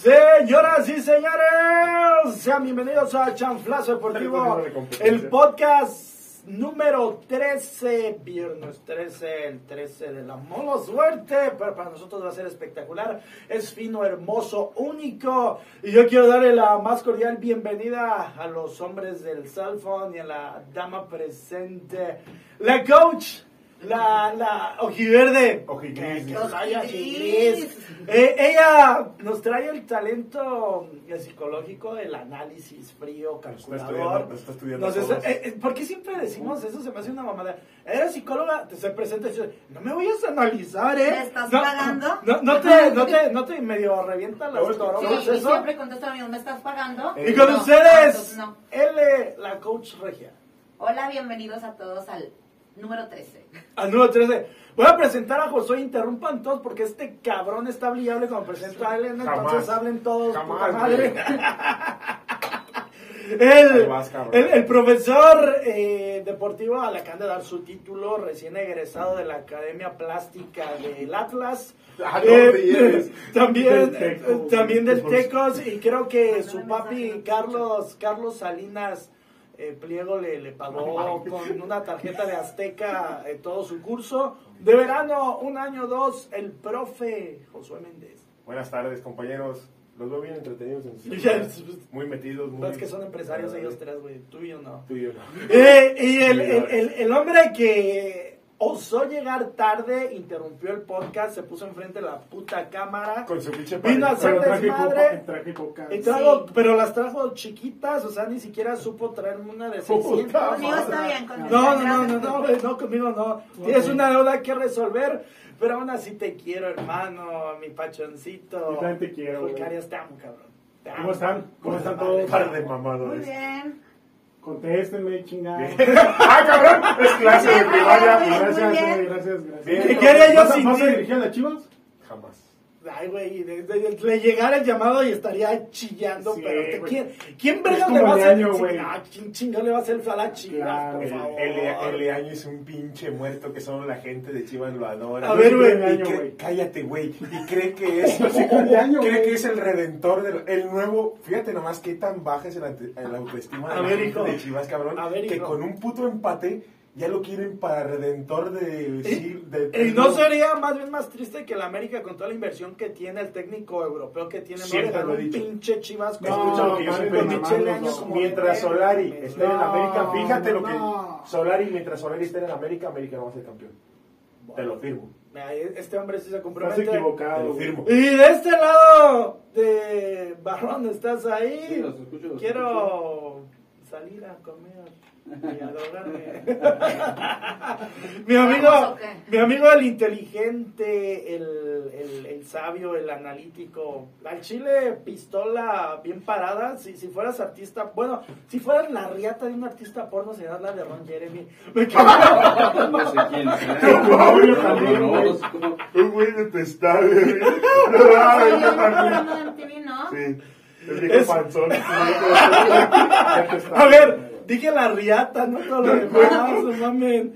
Señoras y señores, sean bienvenidos a Chanflazo Deportivo, el podcast número 13, viernes 13, el 13 de la mala suerte, pero para nosotros va a ser espectacular, es fino, hermoso, único, y yo quiero darle la más cordial bienvenida a los hombres del cell phone y a la dama presente, la coach, la, la ojiverde. Que- Ojigris. que nos haya ojigris. Eh, ella nos trae el talento eh, psicológico, el análisis frío, calculador. estudiando, está estudiando Nos está- todos. eh, eh, ¿Por qué siempre decimos eso? Se me hace una mamada. Eres psicóloga, te se presenta y dice, no me voy a analizar, ¿eh? ¿Me estás No- pagando? No, no te, no, te, no te medio revienta las Sí, Sí, toromas, y eso. siempre contesto lo mismo, ¿me estás pagando? Y con No, ustedes, entonces no. L, la coach regia. Hola, bienvenidos a todos al número 13. Al número 13. Voy a presentar a Josué, interrumpan todos porque este cabrón está hable cuando presenta a Elena, entonces Jamás. hablen todos. Jamás, puta madre. güey. El, Ahí vas, cabrón. el, el profesor eh, deportivo le acaban de dar su título, recién egresado de la Academia Plástica del Atlas. Ah, no, Eh, sí eres. también, Del Teco. eh, también del Pues, Tecos y creo que Mándame su mensaje, no papi te Carlos Carlos Salinas eh, Pliego le, le pagó con una tarjeta de Azteca eh, todo su curso de verano, un año, dos, el profe Josué Méndez. Buenas tardes, compañeros. Los veo bien entretenidos en sus Ya, actividades. pues, Muy metidos, muy... No es que son empresarios ellos tres, güey, tú y yo no. Tú y yo, no. Eh, y el, el, el- el hombre que osó llegar tarde, interrumpió el podcast, se puso enfrente de la puta cámara. Con su pinche Vino a pared. hacer Pero traje desmadre. coca, traje coca. Y trajo- Sí. Pero las trajo chiquitas, o sea, ni siquiera supo traerme una de 600. Puta Conmigo está madre. bien, conmigo No, está no, no, bien. no, no, güey, no, conmigo no. Tienes una deuda que resolver, pero aún así te quiero, hermano, mi pachoncito. Yo también te quiero, güey. Fulcarias, te amo, cabrón. Te amo. ¿Cómo están? ¿Cómo están Un todos? par de Muy mamadores. bien. Contéstenme, chingada. ¡Ah, cabrón! Es clase de Muy bien, primaria. muy Gracias, bien. güey, gracias, gracias. Bien. ¿Qué quería yo ¿Vas a- sin ¿Vas a ti? dirigir a las chivas? Jamás. Ay, güey, de- de- de- le llegara el llamado y estaría chillando, Sí, pero te- güey. ¿quién, ¿quién Es verga le como va a de hacer? año, sí, güey. ah, ¿Quién chingado le va a hacer fal a chivas, Claro, por El, favor? el, el año es un pinche muerto que solo la gente de Chivas lo adora. A ver, güey. Y Año, cre- güey. cállate, güey. Y cree que es. Sí, cumple año, cree güey. que es el redentor del el nuevo. Fíjate nomás qué tan baja es el, ante- el autoestima de, A la ver, gente hijo. de Chivas, cabrón. A ver, que hijo. con un puto empate ya lo quieren para redentor Eh, de. sí, de- ¿Y no sería más bien más triste que la América con toda la inversión que tiene el técnico europeo que tiene? No Siempre le ganó lo he un dicho. pinche chivas con Escucha lo que yo No, siempre mames, digo. Michel Año no. como- Mientras Solari esté en No, América, fíjate lo no. que. Solari, mientras Solari esté en América, América no va a ser campeón. Te lo firmo. Mira, Este hombre sí se Estás compromete. Te lo equivocado. firmo. Y de este lado de Barrón, ¿estás ahí? Sí, los escucho, los Quiero salir a comer y a drogarme. mi amigo, ¿Vamos o qué? mi amigo el inteligente, el, el- el sabio, el analítico. Al chile, pistola bien parada. Si, si fueras artista, bueno, si fueras la riata de un artista porno, serías la de Ron Jeremy. Me cago. No sé quién sea. Obvio, también, No, no, güey. no, no, como- Un güey detestable. Ah, Soy un programa de MTV, ¿no? Sí. El viejo Es- panzón. Ya te está. A ver, dije la riata, no todo lo demás, no mamen.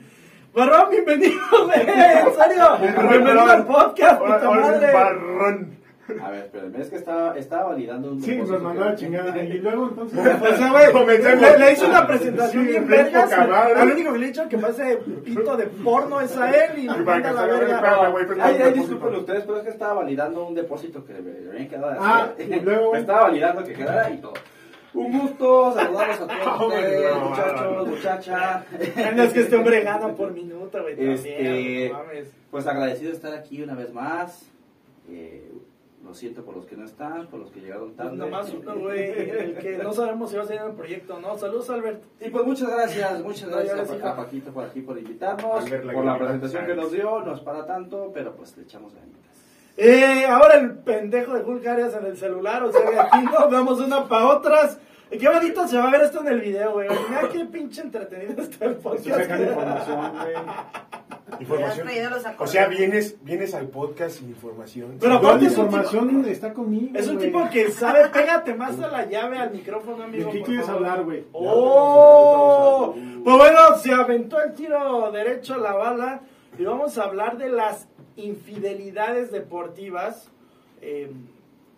Barrón, bienvenido, güey, en serio. Bienvenido al podcast, puta madre. barrón. A ver, espérame, es que estaba, estaba validando un Sí, nos propósito mandó que- la chingada. Y luego entonces. O sea, güey, Comencemos. le, le hice una presentación Sí, bien bien vergas. poca madre. Al único que le he dicho que parece pito de porno es a él y Y me para manda que la se vea verga. el No, Espérame, güey, ay, espérame, ay, disculpen disculpa. ustedes, pero es que estaba validando un depósito que me me habían quedado de Ah, hacer. y luego, güey. Estaba validando que quedara y todo. Un gusto, saludarlos a todos Hombre, ustedes, no, no. muchachos, muchachas. No es que este hombre gana por minuto, güey, también, Este- no mames. Pues agradecido de estar aquí una vez más. Eh, lo siento por los que no están, por los que llegaron tarde. Nomás Pues uno, güey, el que no sabemos si va a seguir en el proyecto, ¿no? Saludos, Albert. Y pues muchas gracias, muchas No, ya gracias les a, digo. a Paquito por aquí por invitarnos, Albert por Laguna. la presentación que nos dio, no es para tanto, pero pues le echamos ganitas. Eh, ahora el pendejo de Hulk Arias en el celular, o sea, que aquí nos damos una pa' otras. Y Qué bonito se va a ver esto en el video, güey. Mira qué pinche entretenido está el Estoy podcast. sacando información, güey. Información. Me has traído los O acordes. sea, vienes, vienes al podcast sin información. Pero Toda aparte la es un información está conmigo. Es un güey. tipo que sabe, pégate más a la llave al micrófono, amigo. ¿De qué por quieres favor. hablar, güey? ¡Oh! Pues bueno, se aventó el tiro derecho a la bala y vamos a hablar de las infidelidades deportivas. Eh,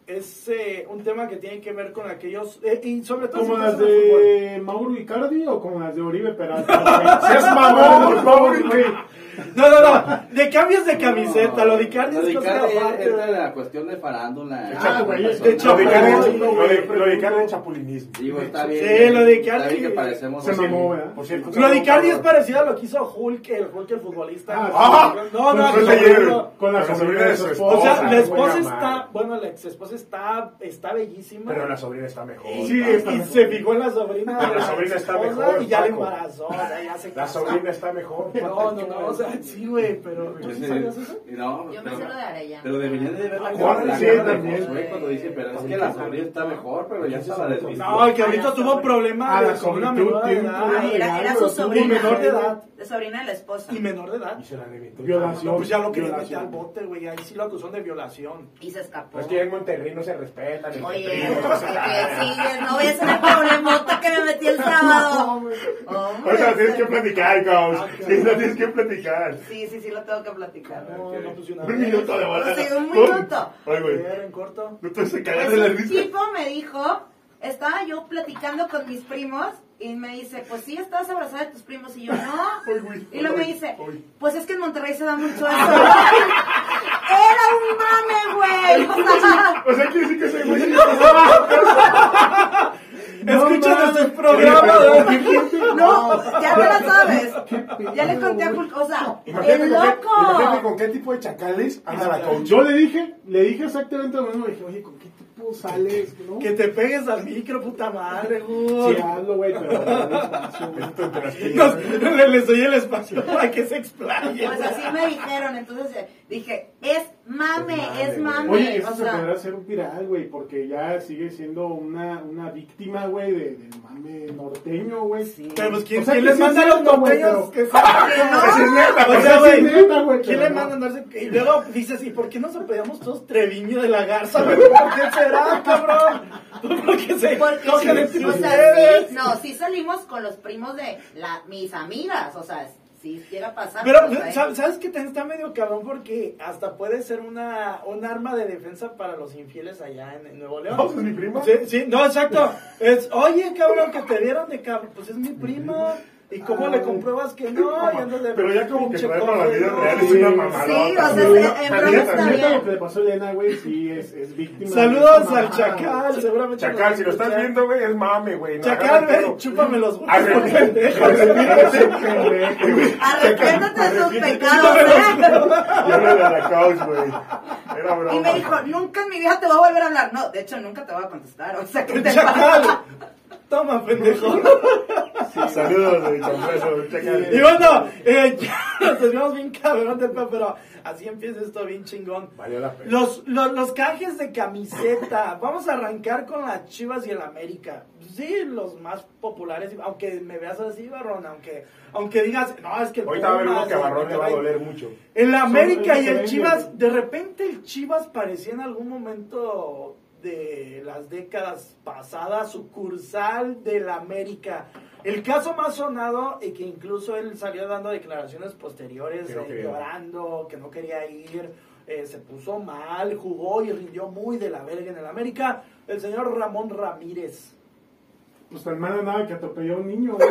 es eh, un tema que tiene que ver con aquellos, eh, y sobre todo ¿Como si las estás en el fútbol. de Mauro Icardi o como las de Oribe Peralta? ¡Seas mamón, por favor, güey! No, no, no, de cambios de camiseta, lo de Icardi Lo de es cosa Icardi aparte, es güey. de la cuestión de farándula. Ah, güey, de Persona. hecho, Lo de Icardi es- no, lo de- lo de Icardi es chapulinismo. Digo, está bien. Sí, lo de Está Icardi. bien que parecemos Se así. mamó, ¿verdad? Por cierto, Lo de Icardi es cabrón. parecido a lo que hizo Hulk, el Hulk el futbolista. Ah, ¡Ah! no, no, Con no, la no, sobrina- no. Con la sobrina de su O sea, esposa, la güey, esposa güey, está, amada. bueno, la ex esposa está, está bellísima. Pero la sobrina está mejor. Sí, está y mejor. se fijó en la sobrina. de Pero la sobrina está esposa mejor, Y ya la Paco. embarazó, o sea, ya se La casó. sobrina está mejor. No, no, no, o sea, sí, güey, pero. ¿Tú sí Ese- sabías eso? Pues No, Yo me pero- sé lo de Arellano. Pero deberían de ver la Ah, cara la sí, cara de también. Josué cuando dice, pero es que la sobrina está mejor, pero ya se la desvistió. No, que ahorita tuvo problemas A la de- con una sobrina, menor de tiene un edad. problema. Ay, era, era su sobrina. Y pues, menor de edad. La sobrina de la esposa. Y menor de edad. Y se la reventó. Violación. No, pues ya lo querían meter Violación. al bote, güey. Ahí sí lo acusaron de violación. Y se escapó. Es que en Monterrey no se respetan. entre Oye, primos, pues, o ¿qué sea. sigue? No voy a hacer el problemota que me metí el sábado. Hombre, Ahorita la tienes que platicar, caos. Ah, Sí, la tienes que platicar. Sí, sí, sí, lo tengo que platicar. No, no, pues de una Ah, Un vez. minuto de volada. Sí, un minuto. Ay, güey. Ver en corto. No te se cagas de Pues la un risa. tipo me dijo, estaba yo platicando con mis primos y me dice, pues sí, estabas abrazada de tus primos y yo Ay, no. güey. Y luego me Ay, dice, ay. pues es que en Monterrey se da mucho eso. Era un mame, güey. O sea, O sea, quiere decir que soy muy... Escucha mames. nuestro programa. güey. no, ya te la sabes. Ya le conté a Pulco, o sea, Imagínate el con, qué, imagínate loco. con qué tipo de chacales anda la coach. Yo le dije, le dije exactamente lo mismo. Le dije, oye, ¿con qué tipo sales? ¿no? Que te pegues al micro, puta madre, güey. Sí, hazlo, güey, pero dale espacio, güey. Nos- le, les doy el espacio para que se explaye. Pues así me dijeron, entonces eh, dije, es mame, es Es mame, mame. güey. Oye, eso o se sea, podrá hacer un viral, güey, porque ya sigue siendo una, una víctima, güey, de- del mame norteño, güey. Pero pues, ¿quién, O quién sea, que les sí manda a es los cierto, güey, norteños? Que pero- se- Esa es neta, O pues, sea, esa es güey, neta, güey, ¿quién pero le no. manda a andarse? Y luego dices, ¿y por qué nos apellamos todos Treviño de la Garza? güey? ¿Por qué será, cabrón? ¿Por qué se Porque cogen sí, entre o sea, ustedes? sí, no, sí salimos con los primos de la, mis amigas, o sea, sí llega a pasar. pues, Pero, o sea, ¿sab- ¿sabes qué? También está medio cabrón porque hasta puede ser una, un arma de defensa para los infieles allá en, en Nuevo León. No, pues, mi prima. Sí, sí, no, exacto. Es, oye, cabrón, que te dieron de cabrón. Pues es mi primo. ¿Y cómo le Ay. compruebas que no? Y andas de Pero ya como que pinche traerlo a la vida coge, ¿no? real es una mamadota. Sí, o sea, güey. en- en Pero broma ya está también- Neta, bien. lo que le pasó a Elena, güey, sí es, es víctima. Saludos de Ah, al esta mamada, Chacal, seguramente. Ah. Chacal, si lo estás escucha. viendo, güey, es mame, güey. no, Chacal, agárrate, ven, no. chúpame los huevos. por Arrepiéntete, pendejo. arrepiéntete, güey. Arrepiéntete de tus Arrepiéntete. pecados, ¿eh? Ya no era la couch, güey. Era broma. Y me dijo, nunca en mi vida te voy a volver a hablar. No, de hecho, nunca te voy a contestar, o sea, que te Chacal, toma, pendejo. Saludos, güey, chacal, chacal. Y bueno, eh, ya nos desviamos bien cabrón del tema, pero así empieza esto bien chingón. Valió la pena. Los, los, los canjes de camiseta. Vamos a arrancar con las Chivas y el América. Sí, los más populares. Aunque me veas así, Barrón. Aunque, aunque digas, no, es que el Ahorita va a haber Pumas, uno que a el Barrón le va a Monterrey". doler mucho. El América y el Son- Chivas, de repente el Chivas parecía en algún momento de las décadas pasadas sucursal del América. El caso más sonado y que incluso él salió dando declaraciones posteriores, Que no eh, quería. llorando, que no quería ir, eh, se puso mal, jugó y rindió muy de la verga en el América, el señor Ramón Ramírez. Pues tan mala nada que atropelló a un niño, güey.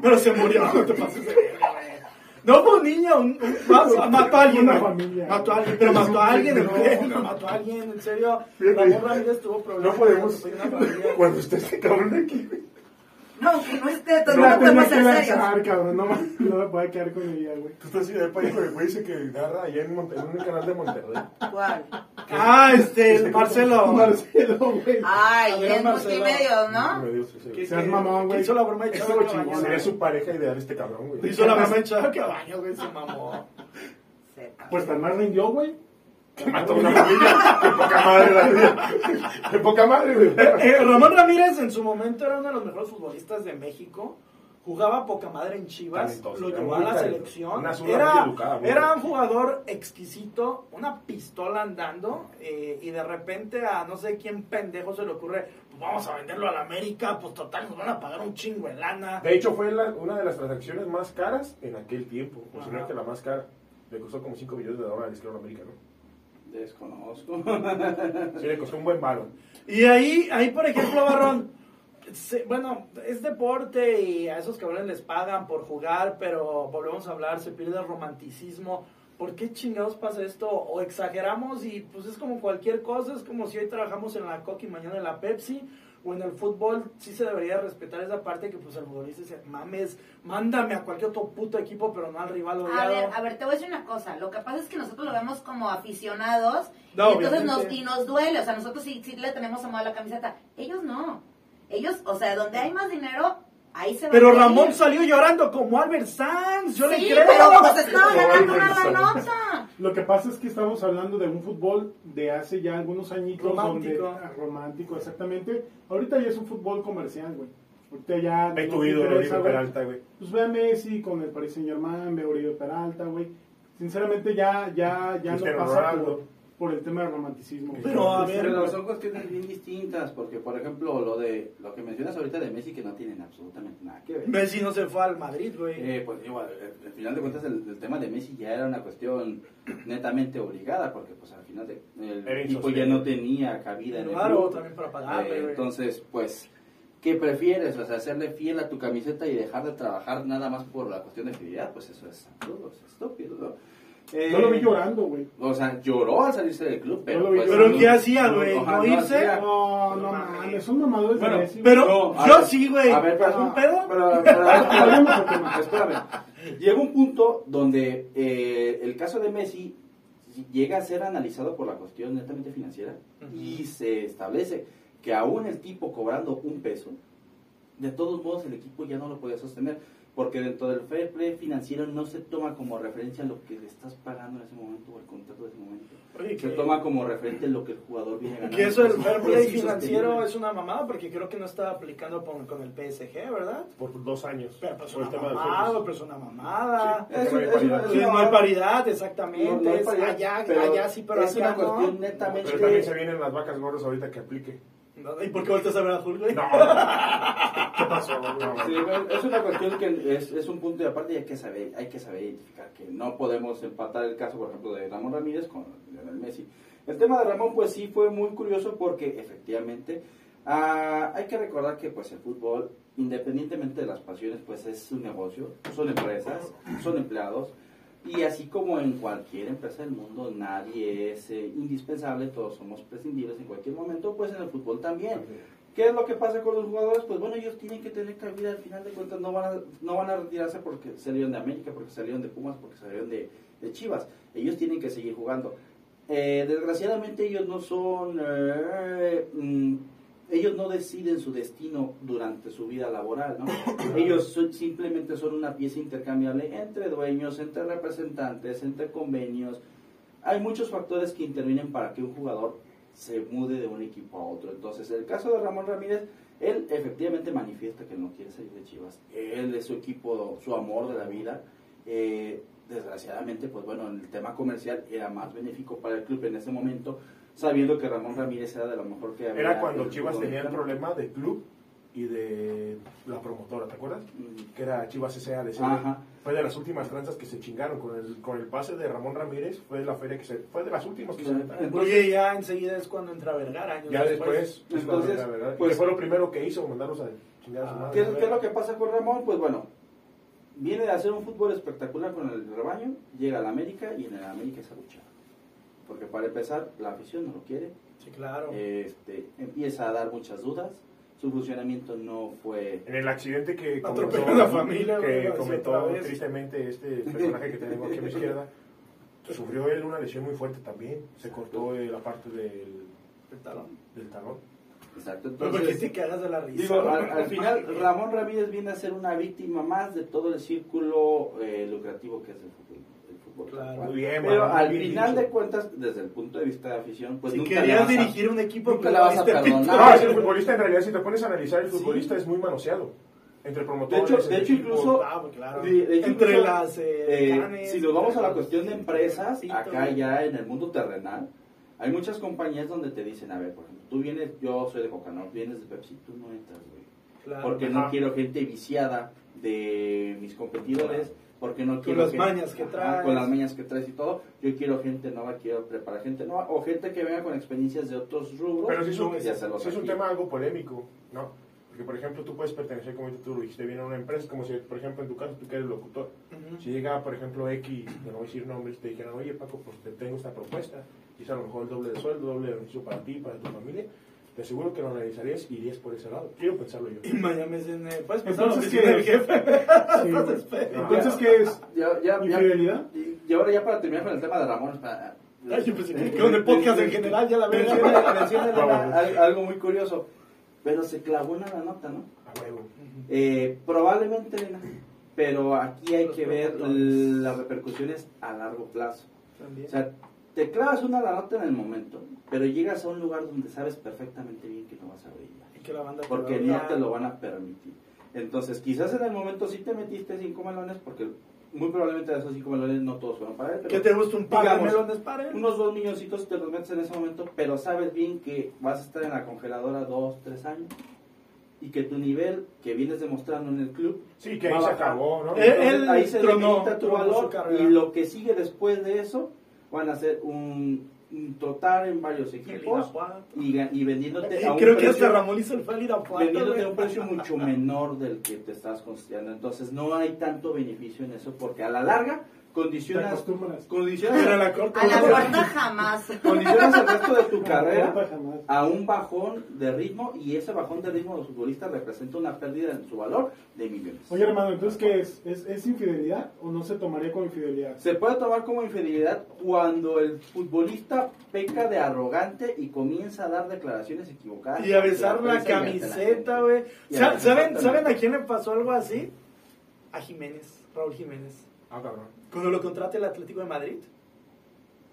Pero se murió, no te pases de verga, güey. No fue un niño, un- un- ma- mató a alguien. Una güey. familia. Mató a alguien, pero mató a alguien, en pleno, mató a alguien, en serio. Ramón Ramírez tuvo problemas. No podemos. con una familia. Cuando usted se cabrón aquí, güey. No, que no esté, No no, la no tenía podemos que ser serios. lanzar, cabrón. No, me- no me podía quedar con ella, güey. Tú estás así de país, güey, güey, dice que agarra allá en, Monte- en un canal de Monterrey. ¿Cuál? Ah, este, el Marcelo. Marcelo, güey. A Ay, ver, en Marcelo. multimedios, ¿no? Me dio su- su- Que- Seas que- mamón, güey. que Este, Hizo la broma de Eso Chava es lo chingón, Cabañas. sería su pareja ideal este cabrón, güey. Hizo la broma de Chava Cabañas, güey, se mamó. Sepa. Pues tan mal rindió, güey. Que mató a una familia. Qué poca madre la vida. Qué poca madre, güey. Eh, Ramón Ramírez en su momento era uno de los mejores futbolistas de México. Jugaba poca madre en Chivas, Talentoso, lo era llevó a muy la talentoso. selección. Una zurda Era, muy educada, muy era buena. un jugador exquisito, una pistola andando, eh, y de repente a no sé quién pendejo se le ocurre, "Pues vamos a venderlo a la América, pues total, nos van a pagar un chingo de lana. De hecho, fue la- una de las transacciones más caras en aquel tiempo. O si no Ajá. es que la más cara. Le costó como 5 millones de dólares, creo, en América, ¿no? Desconozco. Sí, le costó un buen varo. Y ahí, ahí por ejemplo, Barrón, se- bueno, es deporte y a esos cabrones les pagan por jugar, pero volvemos a hablar, se pierde el romanticismo. ¿Por qué chingados pasa esto? O exageramos y pues es como cualquier cosa, es como si hoy trabajamos en la Coca y mañana en la Pepsi. O en el fútbol sí se debería respetar esa parte que pues el futbolista dice, mames, mándame a cualquier otro puto equipo, pero no al rival A odiado. ver, a ver, te voy a decir una cosa. Lo que pasa es que nosotros lo vemos como aficionados No, y entonces nos, obviamente. y nos duele. O sea, nosotros sí, sí le tenemos amor a la camiseta. Ellos no. Ellos, o sea, donde hay más dinero, ahí se van a Pero ir. Ramón salió llorando como Albert Sanz, yo sí, le creo. pero pues estaba Pero ganando una Albert Sanz. ranota. Lo que pasa es que estamos hablando de un fútbol de hace ya algunos añitos. Romántico. Donde, ah, romántico, exactamente. Ahorita ya es un fútbol comercial, güey. Ahorita ya... Ve no tu te ídolo, interesa, dijo güey. Peralta, güey. Pues ve a Messi con el Paris Saint Germain, ve a Oribe Peralta, güey. Sinceramente ya, ya, ya no Cristiano pasa por, Ronaldo. por el tema del romanticismo. Pero, a ver, Pues, Pero güey. son cuestiones bien distintas, porque por ejemplo lo de lo que mencionas ahorita de Messi que no tienen absolutamente nada que ver. Messi no se fue al Madrid, güey. Eh, pues digo, al, al- al final de cuentas el, el tema de Messi ya era una cuestión netamente obligada, porque pues al final de- el Era equipo ya insostenible. no tenía cabida en el Claro, grupo. también para Eh, pagarle, güey. entonces, pues, ¿qué prefieres? O sea, hacerle fiel a tu camiseta y dejar de trabajar nada más por la cuestión de fidelidad, pues eso es absurdo, es estúpido, ¿no? Eh, Yo lo vi llorando, güey. O sea, lloró al salirse del club, pero. Yo lo vi pues, llorando. Pero ¿qué hacía, güey? ajá, ¿No irse? hacía. No, no, mames, son mamadores Bueno, de Messi. güey. Pero No, a yo ver, sí, güey. A ver, pero, ¿Un pedo? pero- pero- volvemos al tema, espérame. Llega un punto donde eh, el caso de Messi llega a ser analizado por la cuestión netamente financiera y se establece que aún el tipo cobrando un peso, de todos modos el equipo ya no lo podía sostener. Porque dentro del fair play financiero no se toma como referencia lo que le estás pagando en ese momento o el contrato de ese momento. Oye, Se que- toma como referente lo que el jugador viene ganando. Que eso del Entonces, fair play es financiero insostenible. es una mamada porque creo que no está aplicando con, con el PSG, ¿verdad? Por dos años. Pero pues por una el tema de mamada, los pero es una mamada. Sí, no hay paridad. Sí, no hay paridad, exactamente. No, no hay es paridad, allá, pero allá sí, pero es acá una cuestión no. netamente. Pero también se vienen las vacas gordas ahorita que aplique. ¿Y por qué volteas a ver a Hulk, güey? No. ¿Qué pasó? No. Sí, bueno, es una cuestión que es, es un punto de aparte y hay que saber, hay que saber identificar que no podemos empatar el caso, por ejemplo, de Ramón Ramírez con Lionel Messi. El tema de Ramón, pues sí fue muy curioso porque efectivamente ah, hay que recordar que pues el fútbol, independientemente de las pasiones, pues es un negocio, son empresas, son empleados. Y así como en cualquier empresa del mundo nadie es eh, indispensable, todos somos prescindibles en cualquier momento, pues en el fútbol también. ¿Qué es lo que pasa con los jugadores? Pues bueno, ellos tienen que tener cabida, al final de cuentas no van a, no van a retirarse porque salieron de América, porque salieron de Pumas, porque salieron de, de Chivas. Ellos tienen que seguir jugando. Eh, desgraciadamente ellos no son, eh, mm, ellos no deciden su destino durante su vida laboral, ¿no? Ellos son- simplemente son una pieza intercambiable entre dueños, entre representantes, entre convenios. Hay muchos factores que intervienen para que un jugador se mude de un equipo a otro. Entonces, el caso de Ramón Ramírez, él efectivamente manifiesta que no quiere salir de Chivas. Él es su equipo, su amor de la vida. Eh, desgraciadamente, pues bueno, el tema comercial era más benéfico para el club en ese momento, sabiendo que Ramón Ramírez era de lo mejor que había. Era cuando en el Chivas fútbol tenía el mexicano. problema de club y de la promotora, ¿te acuerdas? Mm, Que era Chivas S.A. de Ajá. Fue de las últimas tranzas que se chingaron con el, con el pase de Ramón Ramírez. Fue de la feria que se. Fue de las últimas que se Claro. Oye, ya enseguida es cuando entra Vergara. años Ya después. es cuando Entonces, era, ¿verdad? Y pues- que fue lo primero que hizo, mandarlos a chingar a su Ah, madre. ¿Qué, es- qué es lo que pasa con Ramón? Pues bueno, viene de hacer un fútbol espectacular con el rebaño, llega al América y en el América es abuchado. Porque para empezar, la afición no lo quiere, Sí, claro. este, empieza a dar muchas dudas, su funcionamiento no fue... En el accidente que Atropelló comentó, a la familia, güey, que así comentó otra vez. tristemente este personaje que tenemos aquí a mi izquierda, sufrió él una lesión muy fuerte también. Se cortó eh, la parte del, El talón. del talón. Exacto, Pero ¿por qué te entonces... cagas de la risa? Digo, al, al final, Ramón Ramírez viene a ser una víctima más de todo el círculo eh, lucrativo que es el fútbol. el fútbol. Claro. Muy bien, Pero Manuel, al bien final dicho. de cuentas, desde el punto de vista de afición, pues si nunca le querías vas a- dirigir un equipo, nunca pues la vas a valiste pito. perdonar. No, es que el futbolista en realidad, si te pones a analizar, el Sí. futbolista es muy manoseado. Entre De promotores, hecho, de entre hecho equipos. incluso, Ah, pues claro. de- de hecho, Entre incluso, las, eh, eh, canes, si nos vamos a la los- cuestión de empresas, Sí, acá todo. ya en el mundo terrenal, hay muchas compañías donde te dicen, a ver, por ejemplo, tú vienes, yo soy de Coca, no, vienes de Pepsi, tú no entras, güey. Claro. Porque no Ajá. quiero gente viciada de mis competidores, porque no Con quiero las gente- mañas que Ajá, traes. con las mañas que traes y todo yo quiero gente nueva quiero preparar gente nueva o gente que venga con experiencias de otros rubros Pero sí es un, y hacerlos sí es un aquí. tema algo polémico, ¿no? Porque, por ejemplo, tú puedes pertenecer, como tú lo dijiste bien, a una empresa, como si, por ejemplo, en tu caso, tú que eres locutor. Si llega, por ejemplo, X, de no decir nombres, te dijeran, oye, Paco, pues te tengo esta propuesta, y es a lo mejor el doble de sueldo, doble de beneficio para ti, para tu familia, te aseguro que lo analizarías y irías por ese lado. Quiero pensarlo yo. Y Miami es en, eh, puedes pensar Entonces, lo que ¿qué el es? jefe. pues, Sí. No, Entonces, ¿qué es? Ya- ya- ya- ¿Infidelidad? y, y ahora ya para terminar con el tema de Ramón para- eh, Ay, yo pensé que con el podcast en general ya la Pero sí, verga. mira, mencionan una- eh, al- algo muy curioso pero se clavó una la nota no a huevo. Eh, probablemente, Elena, pero aquí hay Los que ver promotores. las repercusiones a largo plazo. También. O sea, te clavas una la nota en el momento, pero llegas a un lugar donde sabes perfectamente bien que no vas a brillar, Y que la banda te porque lo no vea. te lo van a permitir. Entonces, quizás en el momento sí te metiste cinco melones, porque muy probablemente de esos cinco melones no todos fueron para él, pero Que te gusta un par de Digamos, melones para él. unos dos milloncitos te los metes en ese momento, pero sabes bien que vas a estar en la congeladora dos, tres años, y que tu nivel que vienes demostrando en el club Sí, que ahí se acabó, ¿no? Eh, Entonces, Él ahí se tronó, debilita tu tronó su valor carrera. y lo que sigue después de eso van a ser un, un total en varios equipos y, ga- y vendiéndote Y a un creo que precio, hasta Ramón hizo el fan ir a Puerto, vendiéndote a un güey. precio mucho menor del que te estás considerando. Entonces no hay tanto beneficio en eso porque a la larga Te condicionas acostumbras. Era condicionas, la corte. A la puerta jamás. condicionas el resto de tu No, carrera no, jamás. a un bajón de ritmo y ese bajón de ritmo de los futbolistas representa una pérdida en su valor de millones. Oye, hermano, entonces, ¿qué es? ¿Es, es infidelidad o no se tomaría como infidelidad? Se puede tomar como infidelidad cuando el futbolista peca de arrogante y comienza a dar declaraciones equivocadas. Y a besar ante la la prensa y ante la camiseta, gente. güey. Y Sa- a- ¿Saben, exactamente. ¿Saben a quién le pasó algo así? A Jiménez, Raúl Jiménez. Ah, cabrón. Cuando lo contrata el Atlético de Madrid,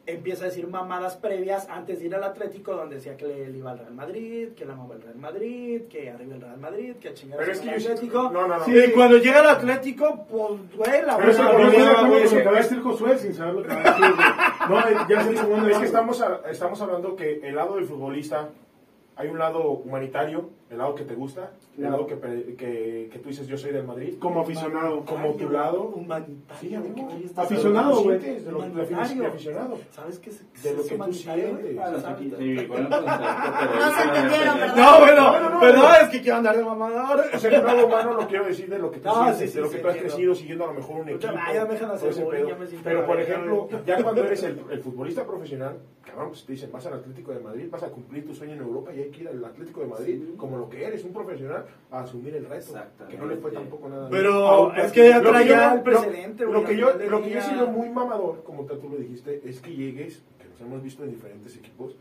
empieza a decir mamadas previas antes de ir al Atlético, donde decía que le, le iba al Real Madrid, que la amaba el Real Madrid, que arriba el Real Madrid, que a chingar Pero es al que yo... Atlético. No, no, no. Sí, y cuando llega al Atlético, pues, güey, la Pero Pero eso buena eso no no es vida, güey. una como lo cosa que va a decir Josué sin saber lo que va a decir. güey. No, eh, ya Ya es sé, el segundo, segundo. es que estamos, a- estamos hablando que el lado del futbolista, hay un lado humanitario, el lado que te gusta, el Claro. lado que, pe- que, que tú dices yo soy del Madrid. Como aficionado. como tu lado. humanitario. Sí, amigo. ¿Qué quieres Aficionado, hacer? güey. De lo- de Humanitario. afici- aficionado. ¿Sabes qué es, De lo es que tú humanitario, güey? sientes. Ah, no, ¿Sabes? sí, sí, bueno, pues, No se entendieron, ¿verdad? No, bueno, No, no, no. perdón, es que quiero andar de mamador. O sea, el lado humano lo quiero decir de lo que tú No, sientes, sí, sí, de lo sí, que tú has entiendo. crecido siguiendo a lo mejor un Puta, equipo. vaya, me dejan hacer todo ese bullying, pedo. ya me siento Pero, por la verga, ejemplo, güey. ya cuando eres el, el futbolista profesional, cabrón, pues te dicen, vas al Atlético de Madrid, vas a cumplir tu sueño en Europa y hay que ir al Atlético de Madrid, Sí. como lo que eres, un profesional, a asumir el reto. Exactamente. Que no le fue tampoco nada. Pero bien. Aún es así, que ya lo traía yo no- el precedente, Lo, güey, lo al que yo, final del lo que yo he día. sido muy mamador, como tú lo dijiste, es que llegues, que nos hemos visto en diferentes equipos,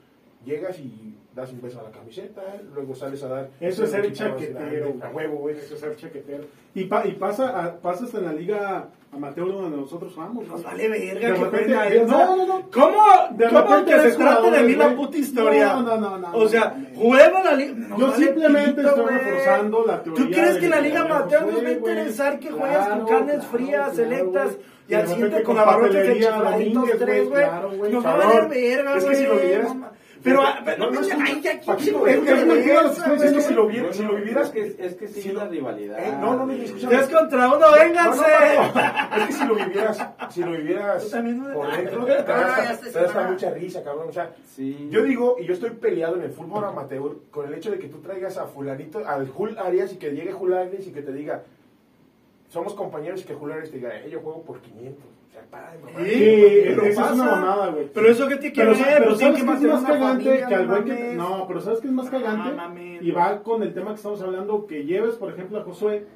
llegas y das un beso a la camiseta, luego sales a dar... Eso es ser a- chaquetero. A huevo, güey. Eso es ser chaquetero. Y, pa- y pasa a- pasas en la liga amateur donde nosotros vamos. Nos güey. vale verga De que repente- eh, pena ahí. o sea, no, no, no. ¿Cómo, De cómo repente que se ves trate de jugadores, mí la güey. puta historia? No, no, no, no, O sea, no, no, no. juega la liga. No Yo vale simplemente pito, estoy güey. reforzando la teoría. ¿Tú crees de que la Liga José, Amateur nos va a güey? interesar que juegas Claro, con carnes claro, frías, claro, selectas güey. y al de siguiente repente con abarrotes de pastelería, chifladitos Domínguez, tres, güey? claro, güey, Nos va a cabrón. valer verga, Es que si lo güey. vieras- No, Pero, ah, pero no, No, no es me- un- ay, ya aquí Paquito, güey, es que es me muy claro, interesa, es que güey. si lo vi- Bueno, si lo vivieras, es que es que sí si una lo- rivalidad. Eh, no, no, no, escucha. Tres contra uno, No, no, vénganse. no, no. Es que si lo vivieras, si lo vivieras Tú también, ¿no? por dentro, Ah, te da ya hasta- se te da hasta separa. mucha risa, cabrón. O sea, Sí. yo digo, y yo estoy peleado en el fútbol amateur con el hecho de que tú traigas a fulanito, al Jul Arias, y que llegue Jul Arias y que te diga, somos compañeros, y que Jul Arias te diga, eh, yo juego por 500. O sea, para de mamar. Sí, Sí, pero eso pasa. es una mamada, güey. Pero eso que tiene que pero, ver, sa- pero pues, tiene sabes que que es mantener más una cagante familia, que al no güey que mames. no pero sabes que es más cagante Ah, mames. y va con el tema que estamos hablando que lleves por ejemplo a Josué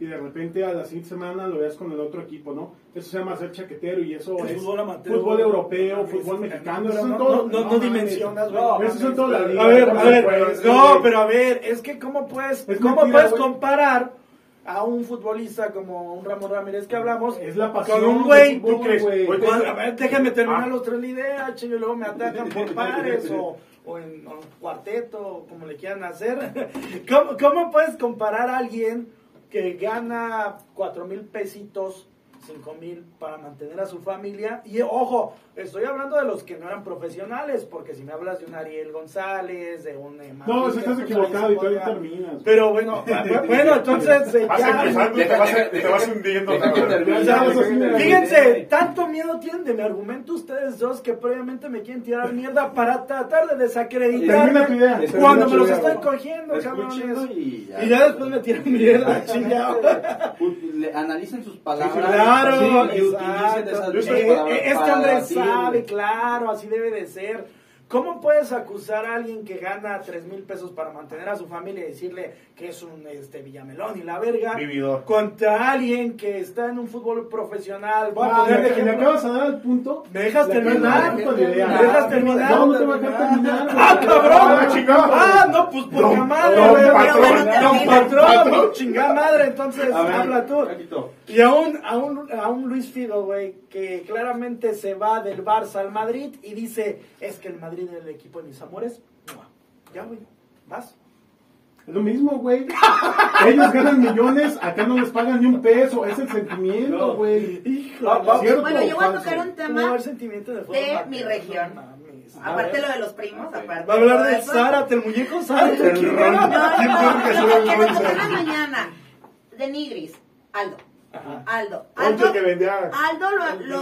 y de repente a la siguiente semana lo veas con el otro equipo no eso se llama ser chaquetero y eso El es Pues, fútbol amateur. fútbol europeo Mames, fútbol cabrón, mexicano no, eso no, es todo no, no, no mames. dimensionas, güey. No, eso es todo la liga A ver, no a se ver, puede, no, güey. pero a ver, es que cómo puedes, Es cómo mentira, puedes güey. comparar a un futbolista como un Ramón Ramírez que hablamos Es la pasión con un del güey, fútbol, ¿tú crees? güey. Oye, a ver, déjame terminar Ah. los tres la idea, che, y luego me atacan por pares o, o en o en cuarteto, o como le quieran hacer. ¿Cómo, cómo puedes comparar a alguien que gana cuatro mil pesitos 5 mil para mantener a su familia. Y ojo, estoy hablando de los que no eran profesionales, porque si me hablas de un Ariel González, de un... eh, No, Mauricio, si estás pues, equivocado ahí y se todavía podrá- terminas. Pero bueno, bueno, entonces... eh, Vas ya- empezando y te vas, y te vas hundiendo. Deja que cabrón. Ya, termine, deja eso que sí, termine. Fíjense, tanto miedo tienen de mi argumento ustedes dos que previamente me quieren tirar mierda para tratar de desacreditarme Termina tu idea. cuando Termina me tu los idea. estoy cogiendo, Escúchenlo cabrones. y ya. Y ya después me tiran mierda, ah, chingado. Pues, Le- Analicen sus palabras. Sí, Claro, y utilicen exacto. esas Yo estoy- Eh, palabras eh, este para hombre ti. sabe, claro, así debe de ser. ¿Cómo puedes acusar a alguien que gana 3 mil pesos para mantener a su familia y decirle que es un este Villamelón y la verga? Vividor. Contra alguien que está en un fútbol profesional. Voy a Ah, poner de me, me ejemplo- acabas de dar al punto. ¿Me dejas Le acabas de terminar? dar con la idea. ¿Me dejas terminar? No, no te voy a dejar terminar. ¡Ah, güey. Ah, cabrón! chingado. ¡Ah, no, pues poca Don- madre! don güey, patrón, güey, don patrón, patrón. chingada madre, entonces A ver, habla tú. Paquito. Y a un, a un, a un Luis Figo, güey, que claramente se va del Barça al Madrid y dice, es que el Madrid es el equipo de mis amores. Mua. Ya, güey, vas. Es lo mismo, güey. Ellos ganan millones, acá no les pagan ni un peso. Es el sentimiento, No. güey. Hijo, Ah, vamos. ¿cierto Bueno, yo voy o a falso? tocar un ¿Cómo va tema. el sentimiento de fútbol? de mi No región. mames. Aparte lo de los primos, aparte. Va a hablar de eso. Zárate, el muñeco Zárate. El ¿quién Ron. era? No, no, ¿Quién no, creo que no, será el que nos Gonza? tocaron mañana. De Nigris. Aldo. Aldo. Poncho Aldo, que vendía. Aldo lo, El de lo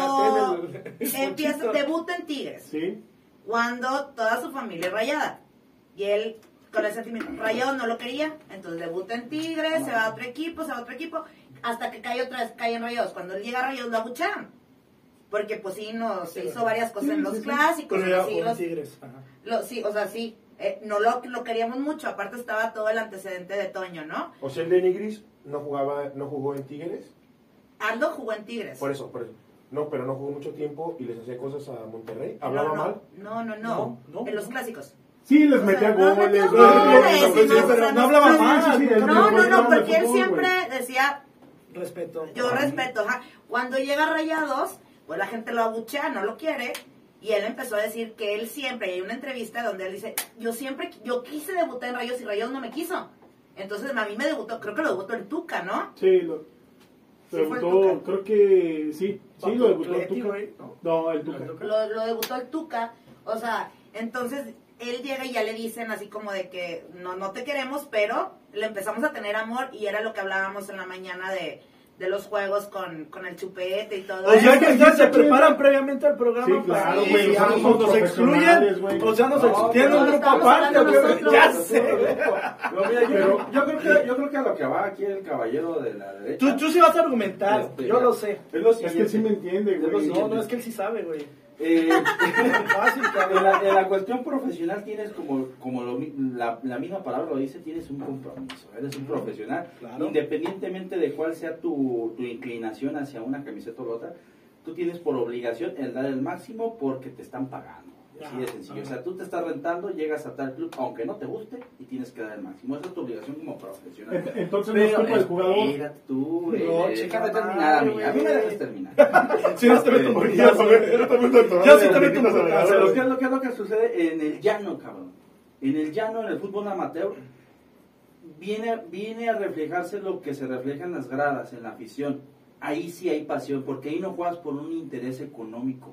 la tele, el- el empieza, Ponchito. debuta en Tigres. Sí. cuando toda su familia es rayada. Y él, con el sentimiento rayado, no lo quería. Entonces debuta en Tigres, se va a otro equipo, se va a otro equipo, hasta que cae otra vez, cae en Rayados. Cuando él llega a Rayados, lo abuchean. Porque, pues sí, no, se hizo varias cosas en los clásicos. Pero ya sí, jugó en los- Tigres. ajá. los- sí, o sea, sí. eh, no lo, lo queríamos mucho. Aparte estaba todo el antecedente de Toño, ¿no? O sea, el de Nigris no, jugaba, no jugó en Tigres. Aldo jugó en Tigres. Por eso, por eso. No, pero no jugó mucho tiempo y les hacía cosas a Monterrey. Hablaba no, no, mal. No, no, no. No, no. En los clásicos. Sí, les O metía sea, no, Pues goles. no, güey. no, no, Sí, no, pero o sea, no hablaba no, mal. sí, sí, nunca No, hablaba no, no, mal. porque él fútbol, siempre decía, Respeto. Yo respeto, ajá. Cuando llega Rayados, pues la gente lo abuchea, no lo quiere. Y él empezó a decir que él siempre, y hay una entrevista donde él dice, yo siempre, yo quise debutar en Rayados y Rayados no me quiso. Entonces a mí me debutó, creo que lo debutó el Tuca, ¿no? Sí, lo. Sí, debutó, fue el Tuca. creo que sí. Sí, lo debutó el Atleti, Tuca. güey, no. No, el Tuca. El Tuca. Lo, lo debutó el Tuca. O sea, entonces él llega y ya le dicen así como de que no, no te queremos, pero le empezamos a tener amor y era lo que hablábamos en la mañana de, de los juegos con, con el chupete y todo O sea eso. Pues que ustedes se preparan previamente al programa Sí, claro, para- güey, Sí, o sea, sí, somos nos excluyen, profesionales, güey. o sea, nos No, excluyen un pero grupo estamos aparte, hablando güey. nosotros. ya sé. No, mira, yo, yo creo que, yo creo que a lo que va aquí el caballero de la derecha. Tú, tú sí vas a argumentar, Este, yo lo sé. Pues, Es lo Es siguiente. que sí me entiende, Es lo güey. No, no, es que él sí sabe, güey. Eh, fácil, cabrón. en, la, en la cuestión profesional tienes como, como lo mi- la, la misma palabra lo dice, tienes un compromiso, eres un profesional, Claro. independientemente de cuál sea tu, tu inclinación hacia una camiseta o la otra, tú tienes por obligación el dar el máximo porque te están pagando. Así de Ajá, sencillo. O ajá. sea, tú te estás rentando, llegas a tal club, aunque no te guste, y tienes que dar el máximo. Esa es tu obligación como profesional. Ent- entonces no es culpa del jugador. Espérate tú, eh, No, déjame chica, terminar, a mí, güey. a mí me dejas terminar. Sí, no te meto por Yo también- yo también doctorado Yo sí de te meto un Benito putazo. Salgado. Pero ¿qué es, lo, qué es lo que sucede en el llano, cabrón? En el llano, en el fútbol amateur, viene, viene a reflejarse lo que se refleja en las gradas, en la afición. Ahí sí hay pasión, porque ahí no juegas por un interés económico,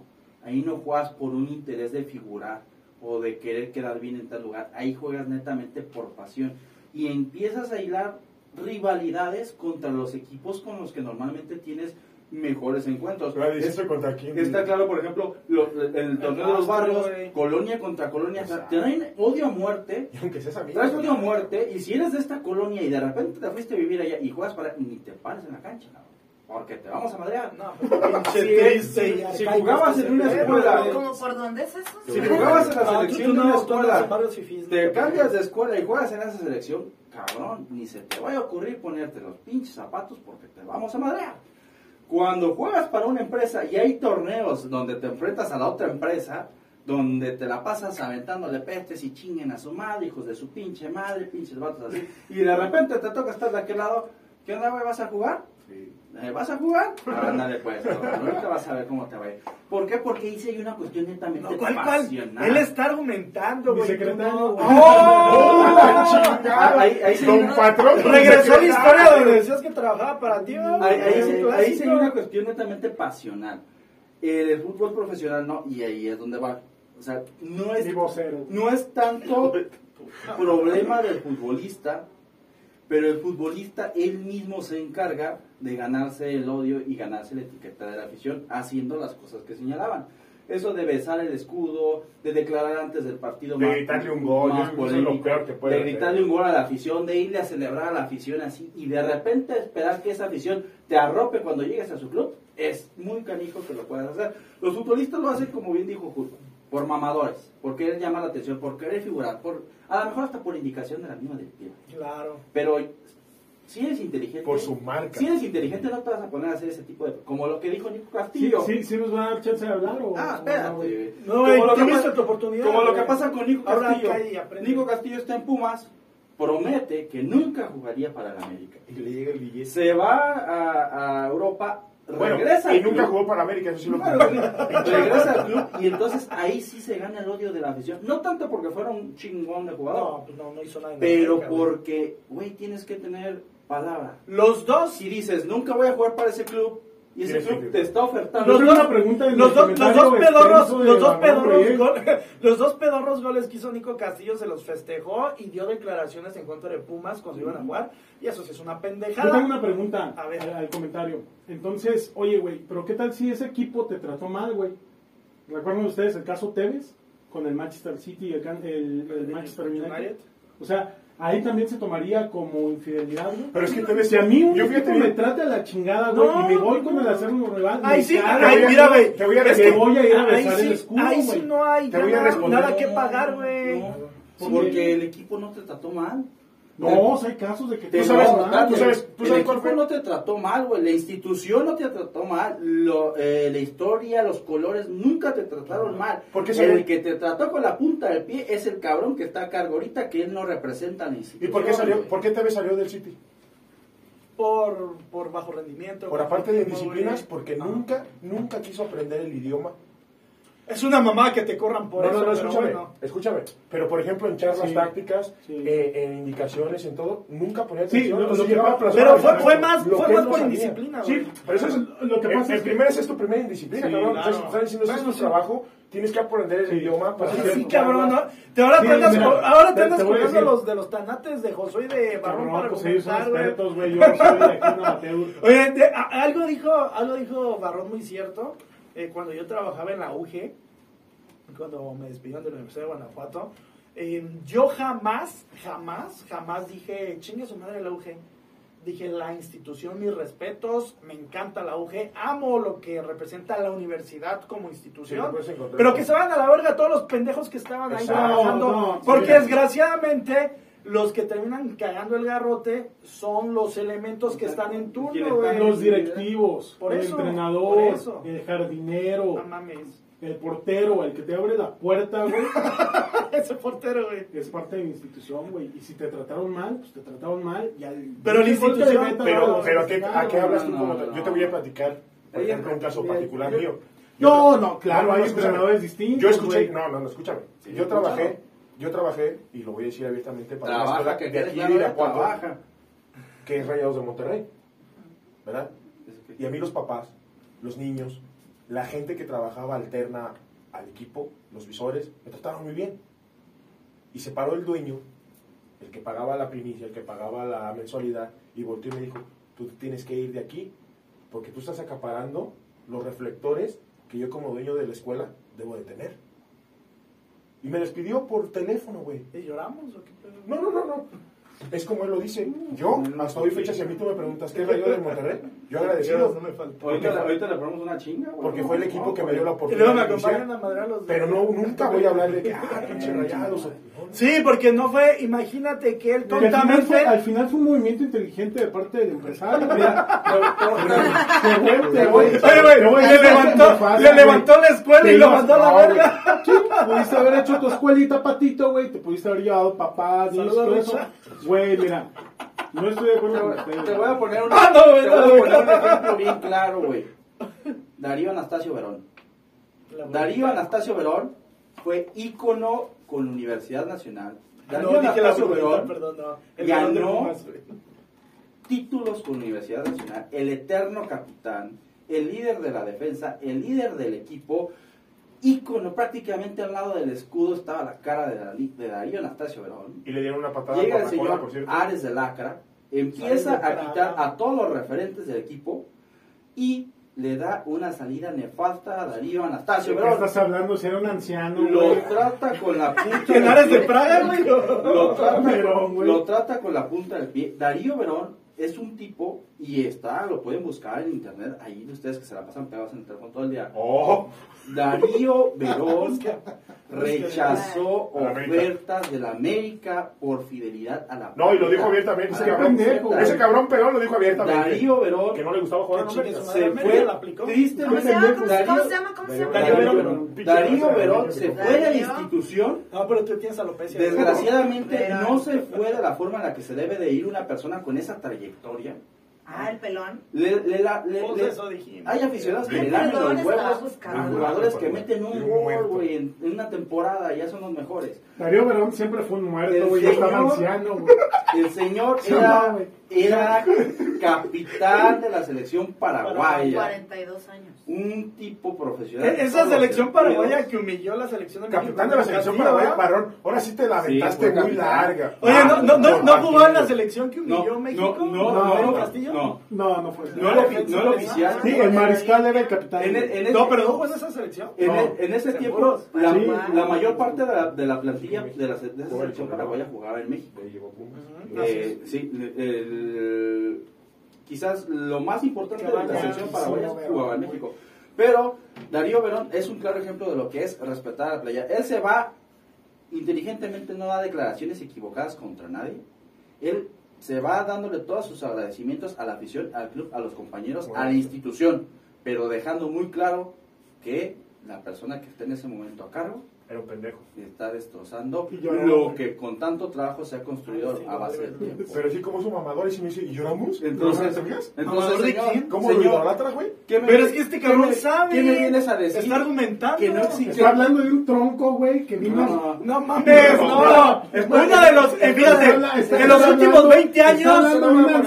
ahí no juegas por un interés de figurar o de querer quedar bien en tal lugar, ahí juegas netamente por pasión. Y empiezas a hilar rivalidades contra los equipos con los que normalmente tienes mejores encuentros. Ahora Es- dices contra quién. Está claro, por ejemplo, lo- el torneo de los barrios, colonia contra colonia, o sea, te traen odio a muerte, Y aunque seas amigo. traes odio a muerte, y si eres de esta colonia y de repente te fuiste a vivir allá y juegas para, ni te pares en la cancha, cabrón, porque te vamos a madrear. No, pinche Si- triste y si arcaico jugabas este en una pedo, escuela, güey. ¿Cómo por dónde es eso? Si jugabas en la No, tú- selección tú no de una eres todos los escuela, barrios fifís, te güey. cambias de escuela y juegas en esa selección, cabrón, ni se te vaya a ocurrir ponerte los pinches zapatos porque te vamos a madrear. Cuando juegas para una empresa y hay torneos donde te enfrentas a la otra empresa, donde te la pasas aventándole pestes y chinguen a su madre, hijos de su pinche madre, pinches vatos así, y de repente te toca estar de aquel lado, ¿Qué onda, güey? ¿Vas a jugar? Sí. ¿Vas a jugar? Ándale, pues. no, Ahorita vas a ver cómo te va a ir. ¿Por qué? Porque hice yo una cuestión netamente No, ¿cuál, cuál? pasional. Él está argumentando, Mi güey. tú secretario, no. güey. ¡Oh! Ah, ahí- ahí sí. Don Patrón. Regresó a la historia donde decías que trabajaba para ti. ¿no? Ahí, ahí Es un se- ahí clásico. se ve una cuestión netamente pasional. El, fútbol profesional no, y ahí es donde va. O sea, no es, Mi vocero. no es tanto problema del futbolista, pero el futbolista él mismo se encarga de ganarse el odio y ganarse la etiqueta de la afición haciendo las cosas que señalaban. Eso de besar el escudo, de declarar antes del partido De más- gritarle un gol, más yo creo que eso es lo polémico, peor que puede de hacer. gritarle un gol a la afición, de irle a celebrar a la afición así y de repente esperar que esa afición te arrope cuando llegues a su club, es muy canijo que lo puedas hacer. Los futbolistas lo hacen como bien dijo Julio, por mamadores, por querer llamar la atención, por querer figurar, por a lo mejor hasta por indicación de la misma directiva. Claro. Pero si eres inteligente, Por su marca. si eres inteligente no te vas a poner a hacer ese tipo de como lo que dijo Nico Sí, Castillo. sí, sí nos van a dar chance de hablar o. Ah, o espérate. no, güey? No, Como eh, lo que tuviste pasa- tu oportunidad, Como lo güey. que pasa con Nico Ahora Castillo. cae y aprende. Nico Castillo está en Pumas, promete que nunca jugaría para el América. Y le llega el billete. Se va a, a Europa, Bueno, regresa y al nunca club. jugó para América, eso sí lo Claro, jugó. regresa al club y entonces ahí sí se gana el odio de la afición. No tanto porque fuera un chingón de jugador, No, pues no, no hizo nada. en pero América, güey. porque, güey, tienes que tener palabra. Los dos. Si dices, nunca voy a jugar para ese club, y ese Tienes que club jugar. te está ofertando. Los Yo dos, tengo una pregunta en los el dos- los comentario dos pedorros, extenso de los dos Ramón pedorros, Reyes. gol- los dos pedorros goles que hizo Nico Castillo se los festejó y dio declaraciones en contra de Pumas cuando iban a jugar. Y eso sí es una pendejada. Yo tengo una pregunta A ver. al, al comentario. Entonces, oye, güey, pero ¿qué tal si ese equipo te trató mal, güey? ¿Recuerdan ustedes el caso Tevez con el Manchester City y el, can- el- el Manchester United? O sea, ahí también se tomaría como infidelidad, güey. Pero es que Tevez- si a mí un yo equipo fíjate- me trata la chingada, güey, No, y me voy con no. el hacerlo rival. Ay, me sí, caga, ay, güey. mira, güey. Te voy a Es que decir- voy a ir a Ahí besar sí, el escudo, ahí sí güey. no hay Te ya voy a nada, responder. nada que pagar, güey. No, porque el equipo no te trató mal. No, o sea, hay casos de que Te Tú sabes, trató mal, tú güey. sabes, tú el sabes cuál equipo fue. no te trató mal, güey. La institución no te trató mal. Lo- eh, la historia, los colores, nunca te trataron mal. Porque el se ve- que te trató con la punta del pie es el cabrón que está a cargo ahorita, que él no representa a la ¿Y institución. por qué salió? güey. ¿Por qué Tevez salió del City? Por, por bajo rendimiento. Por aparte de por- disciplinas, porque nunca, nunca quiso aprender el idioma. Es una mamá que te corran por no, eso. no, no, pero escúchame, bueno. escúchame. Pero por ejemplo, en charlas Sí. tácticas, Sí. eh, en indicaciones, en todo, nunca ponía Sí, atención. lo- entonces lo que- llegaba aplastado Pero al fue, resto. fue más, Lo fue que él más no por sabía. indisciplina, güey. Sí, pero eso es Lo que el- pasa el es que- primero es tu primera indisciplina, Sí, cabrón. claro. Entonces, están diciendo, "Ese es tu Bueno, sí. trabajo, tienes que aprender el Sí. idioma para Ay, saber Sí, jugar". cabrón, ¿no? Te ahora te Sí, andas, mira, co- ahora te te- andas te voy a colgando decir. los de los tanates de Josué y de Barrón Cabrón, para pues ellos son comentar, güey. expertos, güey. Yo soy de aquí, Namateu. Oye, de- a- algo dijo, algo dijo Barrón muy cierto. eh, cuando yo trabajaba en la UG, cuando me despidieron de la Universidad de Guanajuato, eh, yo jamás, jamás, jamás dije, chingue su madre la UG. Dije, la institución, mis respetos, me encanta la UG, amo lo que representa la universidad como Sí, lo institución. puedes encontrar. Pero que se van a la verga todos los pendejos que estaban ahí Exacto. trabajando. No, no, porque sí. desgraciadamente los que terminan cagando el garrote son los elementos que están en turno, Quienes güey. están Los directivos, Por el eso, entrenador, por eso. el jardinero, No mames. el portero, el que te abre la puerta, güey, Ese portero, güey. es parte de la institución, güey. Y si te trataron mal, pues te trataron mal. Y al- Pero la el gol que le institución- metan, Pero, los pero ¿a qué, festejaron, a qué hablas tú? no, como- no. Yo te voy a platicar, por Oye, ejemplo, un caso mira, particular yo- mío. No, no, claro, hay escúchame. entrenadores distintos, Yo escuché, güey. no, no, no, escúchame. Sí, yo escúchalo. trabajé, yo trabajé, y lo voy a decir abiertamente para una Trabaja, escuela que de quede aquí de claro, Irapuato, trabaja. que es Rayados de Monterrey, ¿verdad? Y a mí los papás, los niños, la gente que trabajaba alterna al equipo, los visores, me trataron muy bien. Y se paró el dueño, el que pagaba la primicia, el que pagaba la mensualidad, y volteó y me dijo, tú te tienes que ir de aquí porque tú estás acaparando los reflectores que yo como dueño de la escuela debo de tener. Y me despidió por teléfono, güey. ¿Y lloramos o qué pedo? No, no, no, no. Es como él lo dice. Mm. Yo, hasta hoy fecha, si a mí tú me preguntas qué rayo de Monterrey, yo agradecido. No me faltó. Ahorita, le- ahorita le ponemos una chinga, güey. Porque fue el equipo que me dio la Y luego oportunidad. me de iniciar. acompañan a madrear los Pero no, nunca voy a hablar de que, ah, pinche rayados. o- Sí, porque no fue, imagínate que él Y al, final fue, al tontamente... final fue un movimiento inteligente de parte del empresario. Mira, Te voy- te te voy- voy- Oye, güey, le levantó, le levantó la escuela y lo mandó a la verga. Sí, pudiste haber hecho tu escuelita, patito, güey. Te pudiste haber llevado papás, niños, Saludos, todo eso. Richa. Güey, mira, No estoy de acuerdo con Te, ustedes. te voy a poner un, Ah, no, te voy a no, poner un no. ejemplo bien claro, güey. Darío Anastasio Verón. La Darío voluntad. Anastasio Verón fue ícono con la Universidad Nacional. Darío Ah, No, dije la Anastasio voluntad, Verón, perdón, no. Verón ganó- de Pumas, güey. títulos con Universidad Nacional, el eterno capitán, el líder de la defensa, el líder del equipo, ícono prácticamente al lado del escudo estaba la cara de, Dalí- de Darío Anastasio Verón. Y le dieron una patada Llega a el Coca-Cola, señor por Ah, cierto. Ares de Lacra, Ares de empieza Lacra. a quitar a todos los referentes del equipo y le da una salida nefasta a Darío Anastasio ¿De qué Verón. estás hablando? Si era un anciano, Lo güey. trata con la punta ¿En Ares de del pie. Praga, güey? Lo trata, Verón, con, güey. lo trata con la punta del pie. Darío Verón es un tipo y está, lo pueden buscar en internet, ahí ustedes que se la pasan pegados en el teléfono todo el día. ¡Oh! Darío Verón rechazó A la América. ofertas de la América por fidelidad a la No, y lo puta. dijo abiertamente. Ese Ah, cabrón, pendejo. ese cabrón pelón lo dijo abiertamente. Darío Verón Que no le gustaba jugar a la Que chingue América. su madre. se América fue la aplicó. ¿Cómo se tristemente llama? ¿Cómo se cómo se Darío, llama? ¿Cómo se llama? Darío Verón, Darío Darío Verón se fue de la Darío. institución No, pero tú tienes alopecia. Desgraciadamente Verán. no se fue de la forma en la que se debe de ir una persona con esa trayectoria. Ah, el pelón. Le, le la- le- Pues le- eso dijimos. hay aficionados que Sí, le dan perdón, los huevos estaba buscando. a jugadores que meten Y un un gol, muerto. güey, en, en una temporada, ya son los mejores. Darío Verón siempre fue un muerto, El güey. Ya estaba señor- anciano, güey. El señor Sí, no, era, güey. era capitán de la selección paraguaya. 42 años. Un tipo profesional. E- Esa Todos los selección paraguaya sentidos. que humilló la selección de Capitán México de la con selección Castillo, paraguaya, ¿verdad? varón. Ahora sí te la Sí, aventaste fue muy capitán. larga. Oye, no, no, no, no Por jugaba en la partido. selección que humilló México. No, no, no, Pedro no, Castillo. no. No, no fue. No, el ofi- no el oficial. Sí, el mariscal era el capitán. En el- en el- No, pero no jugó en esa selección. En, No. e- en ese tiempo, Seguros. la, Sí. la mayor parte de la, de la plantilla de la, se- de Jugaba esa en selección Chile. paraguaya jugaba en México. Le llevó Pumas. Ujú. Así Eh, sí, le- el- quizás lo más importante de la Cabañas, selección paraguaya sí, es Verón, jugaba en güey. México. Pero Darío Verón es un claro ejemplo de lo que es respetar a la playa. Él se va, inteligentemente no da declaraciones equivocadas contra nadie. Él se va dándole todos sus agradecimientos a la afición, al club, a los compañeros, a la Bueno. institución, pero dejando muy claro que la persona que está en ese momento a cargo Era un pendejo. está destrozando Y llorando. lo que con tanto trabajo se ha construido Sí, a base del vale. tiempo. Pero sí, como su mamador, y si me dice, ¿y lloramos? Entonces, ¿No sabías? entonces ¿Amador de señor, quién? ¿Cómo señor, lo idolatras, güey? ¿qué me- Pero es que este qué cabrón me- sabe. ¿Qué me vienes a decir? Está argumentando. Que no existe. Está hablando de un tronco, güey, que vino. Pues, No. No mames, no. Uno de los, eh, fíjate, de los últimos 20 años,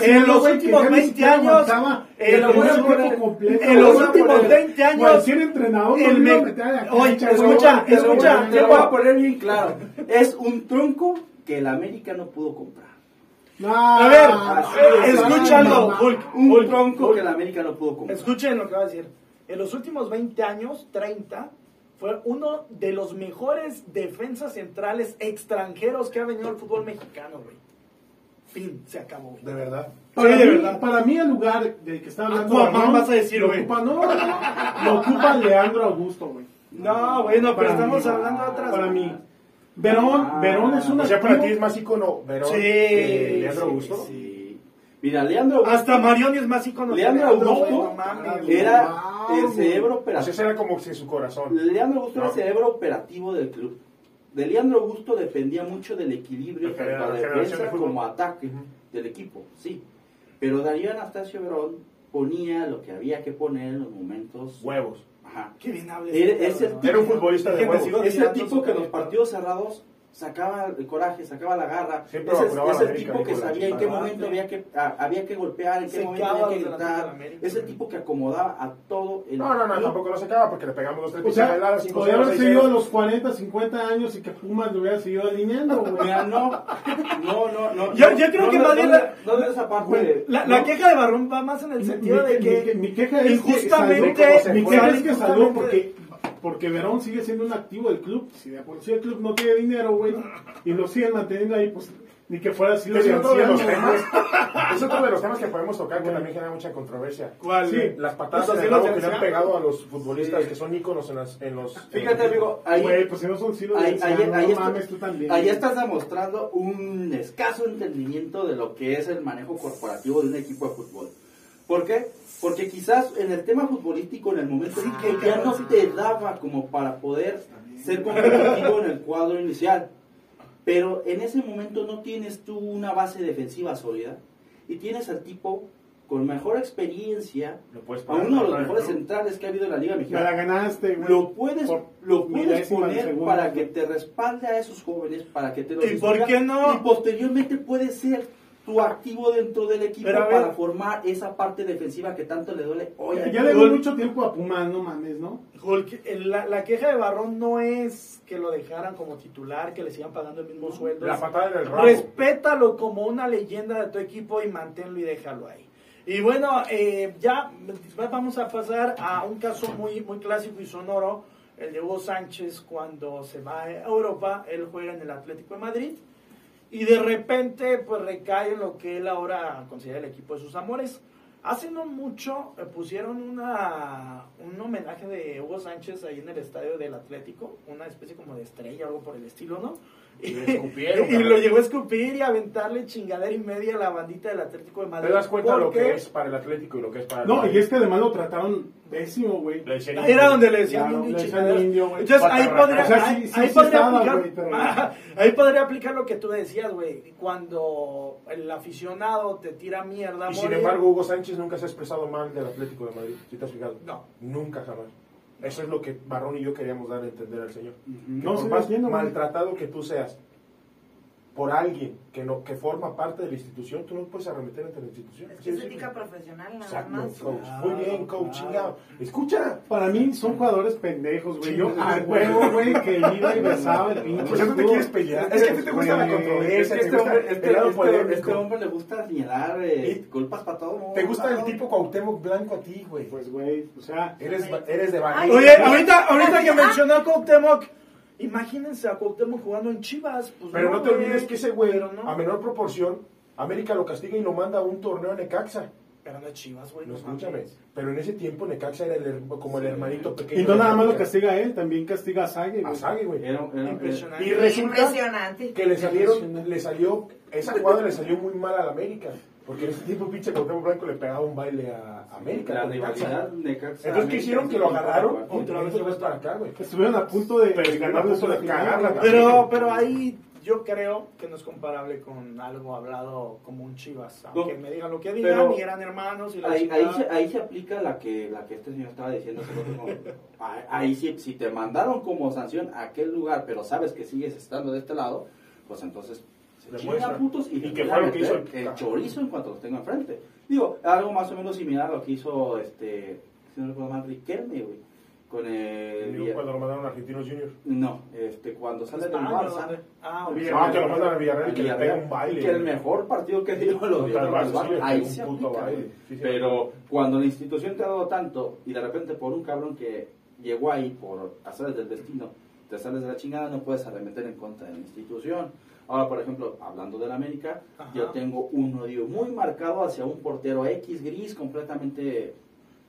en los últimos 20 años, eh, en los últimos- en los últimos 20 años, Cualquier entrenador el lo iba a me- meter a la Oye, cancha, güey. escucha, Te lo voy a- escucha, te lo voy a poner bien claro. Es un tronco que el América no pudo comprar. No, A ver, así eh, es, escucha no, algo, mamá. Hulk, Un Hulk, tronco Hulk. que el América no pudo comprar. Escuchen lo que va a decir. En los últimos 20 años, 30, fue uno de los mejores defensas centrales extranjeros que ha venido al fútbol mexicano, güey. Fin, se acabó, güey. De verdad. Para, Sí, de mí, verdad. para mí el lugar del que está Ah, hablando Aquaman Ramón, vas a decir, lo güey. ocupa, no, no, no, lo ocupa Leandro Augusto, güey. No, bueno, pero Para estamos mí, hablando de otras. Para mí. Verón, Ah. Verón es una O sea, para ti es más icono Verón Sí, que Leandro sí, Augusto. Sí. Mira, Leandro Hasta Marioni es más ícono. que Leandro Augusto güey, no mames, güey. era Wow, el güey. cerebro O sea, operativo. ese era como si su corazón. Leandro Augusto era No. el cerebro operativo del club. De Leandro Augusto dependía mucho del equilibrio La genera- tanto la de generación defensa de fútbol. como ataque Ujú. del equipo, sí. Pero Darío Anastasio Verón ponía lo que había que poner en los momentos. Huevos. Ajá. Qué bien hables. Era- güey, ese ¿no? tipo- Era un futbolista de Gente, huevos. sigo Es el tirando tipo su que en los carreta. partidos cerrados sacaba el coraje, sacaba la garra. Siempre es el, vacunaba es a la el América, tipo que Nicolás. sabía en qué Ah, momento sí. había que, a- había que golpear, en qué Se momento acaba había que de la gritar. América. Es el tipo que acomodaba a todo el No, no, no, club. tampoco lo sacaba porque le pegamos dos, tres O sea, pinceladas, cinco podría ceros, haber seis seguido a ceros. los 40, 50 años y que Pumas lo hubiera seguido alineando, güey. Mira, no, no, no, no. Yo- yo creo no, que no, más no, bien no, la- no de esa parte. de- La, la no. queja de Barrón va más en el sentido de que. mi, mi queja es injustamente- que salió, mi queja sale es que injustamente- salió porque porque Verón sigue siendo un activo del club si de por sí el club no tiene dinero güey y lo siguen manteniendo ahí pues ni que fuera así Es otro de los anciano, ¿no? temas. Es otro de los temas que podemos tocar que también genera mucha controversia. ¿Cuál? Sí, Las patadas Eso en sí el lo rabo que le decía. han pegado a los futbolistas Sí. que son íconos en, las- en los... Fíjate, amigo, ahí, Güey, pues si no son silos de ahí, ahí- anciano, ahí no está- mames tú también. ahí estás demostrando un escaso entendimiento de lo que es el manejo corporativo de un equipo de fútbol. ¿Por qué? Porque quizás en el tema futbolístico, en el momento en que ya no te daba como para poder ser competitivo en el cuadro inicial, pero en ese momento no tienes tú una base defensiva sólida, y tienes al tipo con mejor experiencia, Lo puedes a poner uno de los para el mejores club. centrales que ha habido en la Liga Me la Mexicana. ganaste, güey. Lo puedes, Por lo puedes milésima de poner segundo, para güey. que te respalde a esos jóvenes, para que te los ¿Y por instruya, qué no? Y posteriormente puede ser tu activo dentro del equipo Pero a ver. para formar esa parte defensiva que tanto le duele hoy. Oye, al ya le club. dio mucho tiempo a Pumas, no mames, ¿no? Hulk, eh, la, la queja de Barrón no es que lo dejaran como titular, que le sigan pagando el mismo sueldo. La es- patada en el rabo. Pues, Respétalo como una leyenda de tu equipo y manténlo y déjalo ahí. Y bueno, eh, ya va- vamos a pasar a un caso muy, muy clásico y sonoro, el de Hugo Sánchez cuando se va a Europa, él juega en el Atlético de Madrid y de repente pues recae en lo que él ahora considera el equipo de sus amores. Hace no mucho eh, pusieron una, un homenaje de Hugo Sánchez ahí en el estadio del Atlético, una especie como de estrella o algo por el estilo, ¿no? Y lo escupieron, y lo cabrón. llegó a escupir y aventarle chingadera y media a la bandita del Atlético de Madrid. ¿Te das cuenta lo que porque es para el Atlético y lo que es para el No, y Madrid? es que además lo trataron pésimo, güey. Le decían- Ahí era donde le decían Claro, indio y le decían chingaderas. indio, güey. Entonces ahí Patarraca. podría, O sea, ahí- sí- sí- ahí sí podría estaba, aplicar, güey, pero- ahí podría aplicar lo que tú decías, güey. Cuando el aficionado te tira mierda. Y a sin morir. embargo, Hugo Sánchez nunca se ha expresado mal del Atlético de Madrid. ¿Sí te has fijado? No. Nunca jamás. Eso es lo que Barrón y yo queríamos dar a entender al señor. Que No, por sí, lo más entiendo, güey. maltratado que tú seas por alguien que no que forma parte de la institución, tú no puedes arremeter ante la institución. Es Sí, que es sí. ética profesional nada Exacto, más. coach. Claro, Muy bien, coach. claro. Chingado. Escucha. Para mí son jugadores pendejos, güey. Yo a huevo, güey, que iba y besaba el pinche. Por eso te escudo. quieres pelear. Es que a ti te gusta la Güey, Es controversia. que te este gusta hombre, el este- lado este- polémico. este hombre le gusta señalar eh, Y- culpas para todo. mundo. Ah, Te gusta el tipo Cuauhtémoc Blanco a ti, güey. Pues, güey, o sea, Eres, ba- eres de Ay, Bahía. Oye, ahorita, ahorita que mencionó a Cuauhtémoc, imagínense a Cuauhtémoc jugando en Chivas. pues, Pero no te güey. olvides que ese güey, Pero a no, menor proporción, América lo castiga y lo manda a un torneo a Necaxa. pero no es Chivas, güey. No, no escúchame. mames. Pero en ese tiempo Necaxa era el her- como el hermanito pequeño. y no de nada más lo América. castiga a él, también castiga a Sague, güey. A Sague, güey. Era- eh, era- Impresionante. Y resulta Impresionante. que le salieron, le salió, esa jugada le salió muy mal a la América. Porque en ese tiempo pinche Cuauhtémoc Blanco le pegaba un baile a a América. La con Necaxa. rivalidad de Necaxa- Entonces, ¿qué hicieron? Que lo agarraron y otra vez Sí. lo ves para acá, güey. Estuvieron a punto de Pero están a ganarles punto la de final, cagarla, güey. Pero, pero ahí yo creo que no es comparable con algo hablado como un Chivas. Aunque No. me digan lo que digan, Pero- y eran hermanos y la Ahí, ahí, chingada. se, ahí se aplica la que, la que este señor estaba diciendo. hace rato, como, ahí- ahí sí, si te mandaron como sanción a aquel lugar, pero sabes que sigues estando de este lado, pues entonces se Demuestra. chingan putos y, Y le que voy fue a lo que hizo meter el- el, chorizo en cuanto los tenga enfrente. Digo, algo más o menos similar a lo que hizo este, si no recuerdo mal, Riquelme, güey, con el... Digo, Cuando lo mandaron a Argentinos Junior. No, este, cuando sale del Ah, Barça... ¿dónde? Ah, ok. Villarreal. que lo mandan a Villarreal y que le pega un baile. Que el mejor partido que dio lo dio Contra el contra el Barça, sí, Barça. le Ahí pegó se un puto aplica, baile. güey. Sí, sí. Pero cuando la institución te ha dado tanto y de repente por un cabrón que llegó ahí por hacer del destino, te sales de la chingada, no puedes arremeter en contra de la institución. Ahora, por ejemplo, hablando del América, Ajá. yo tengo un odio muy marcado hacia un portero X gris completamente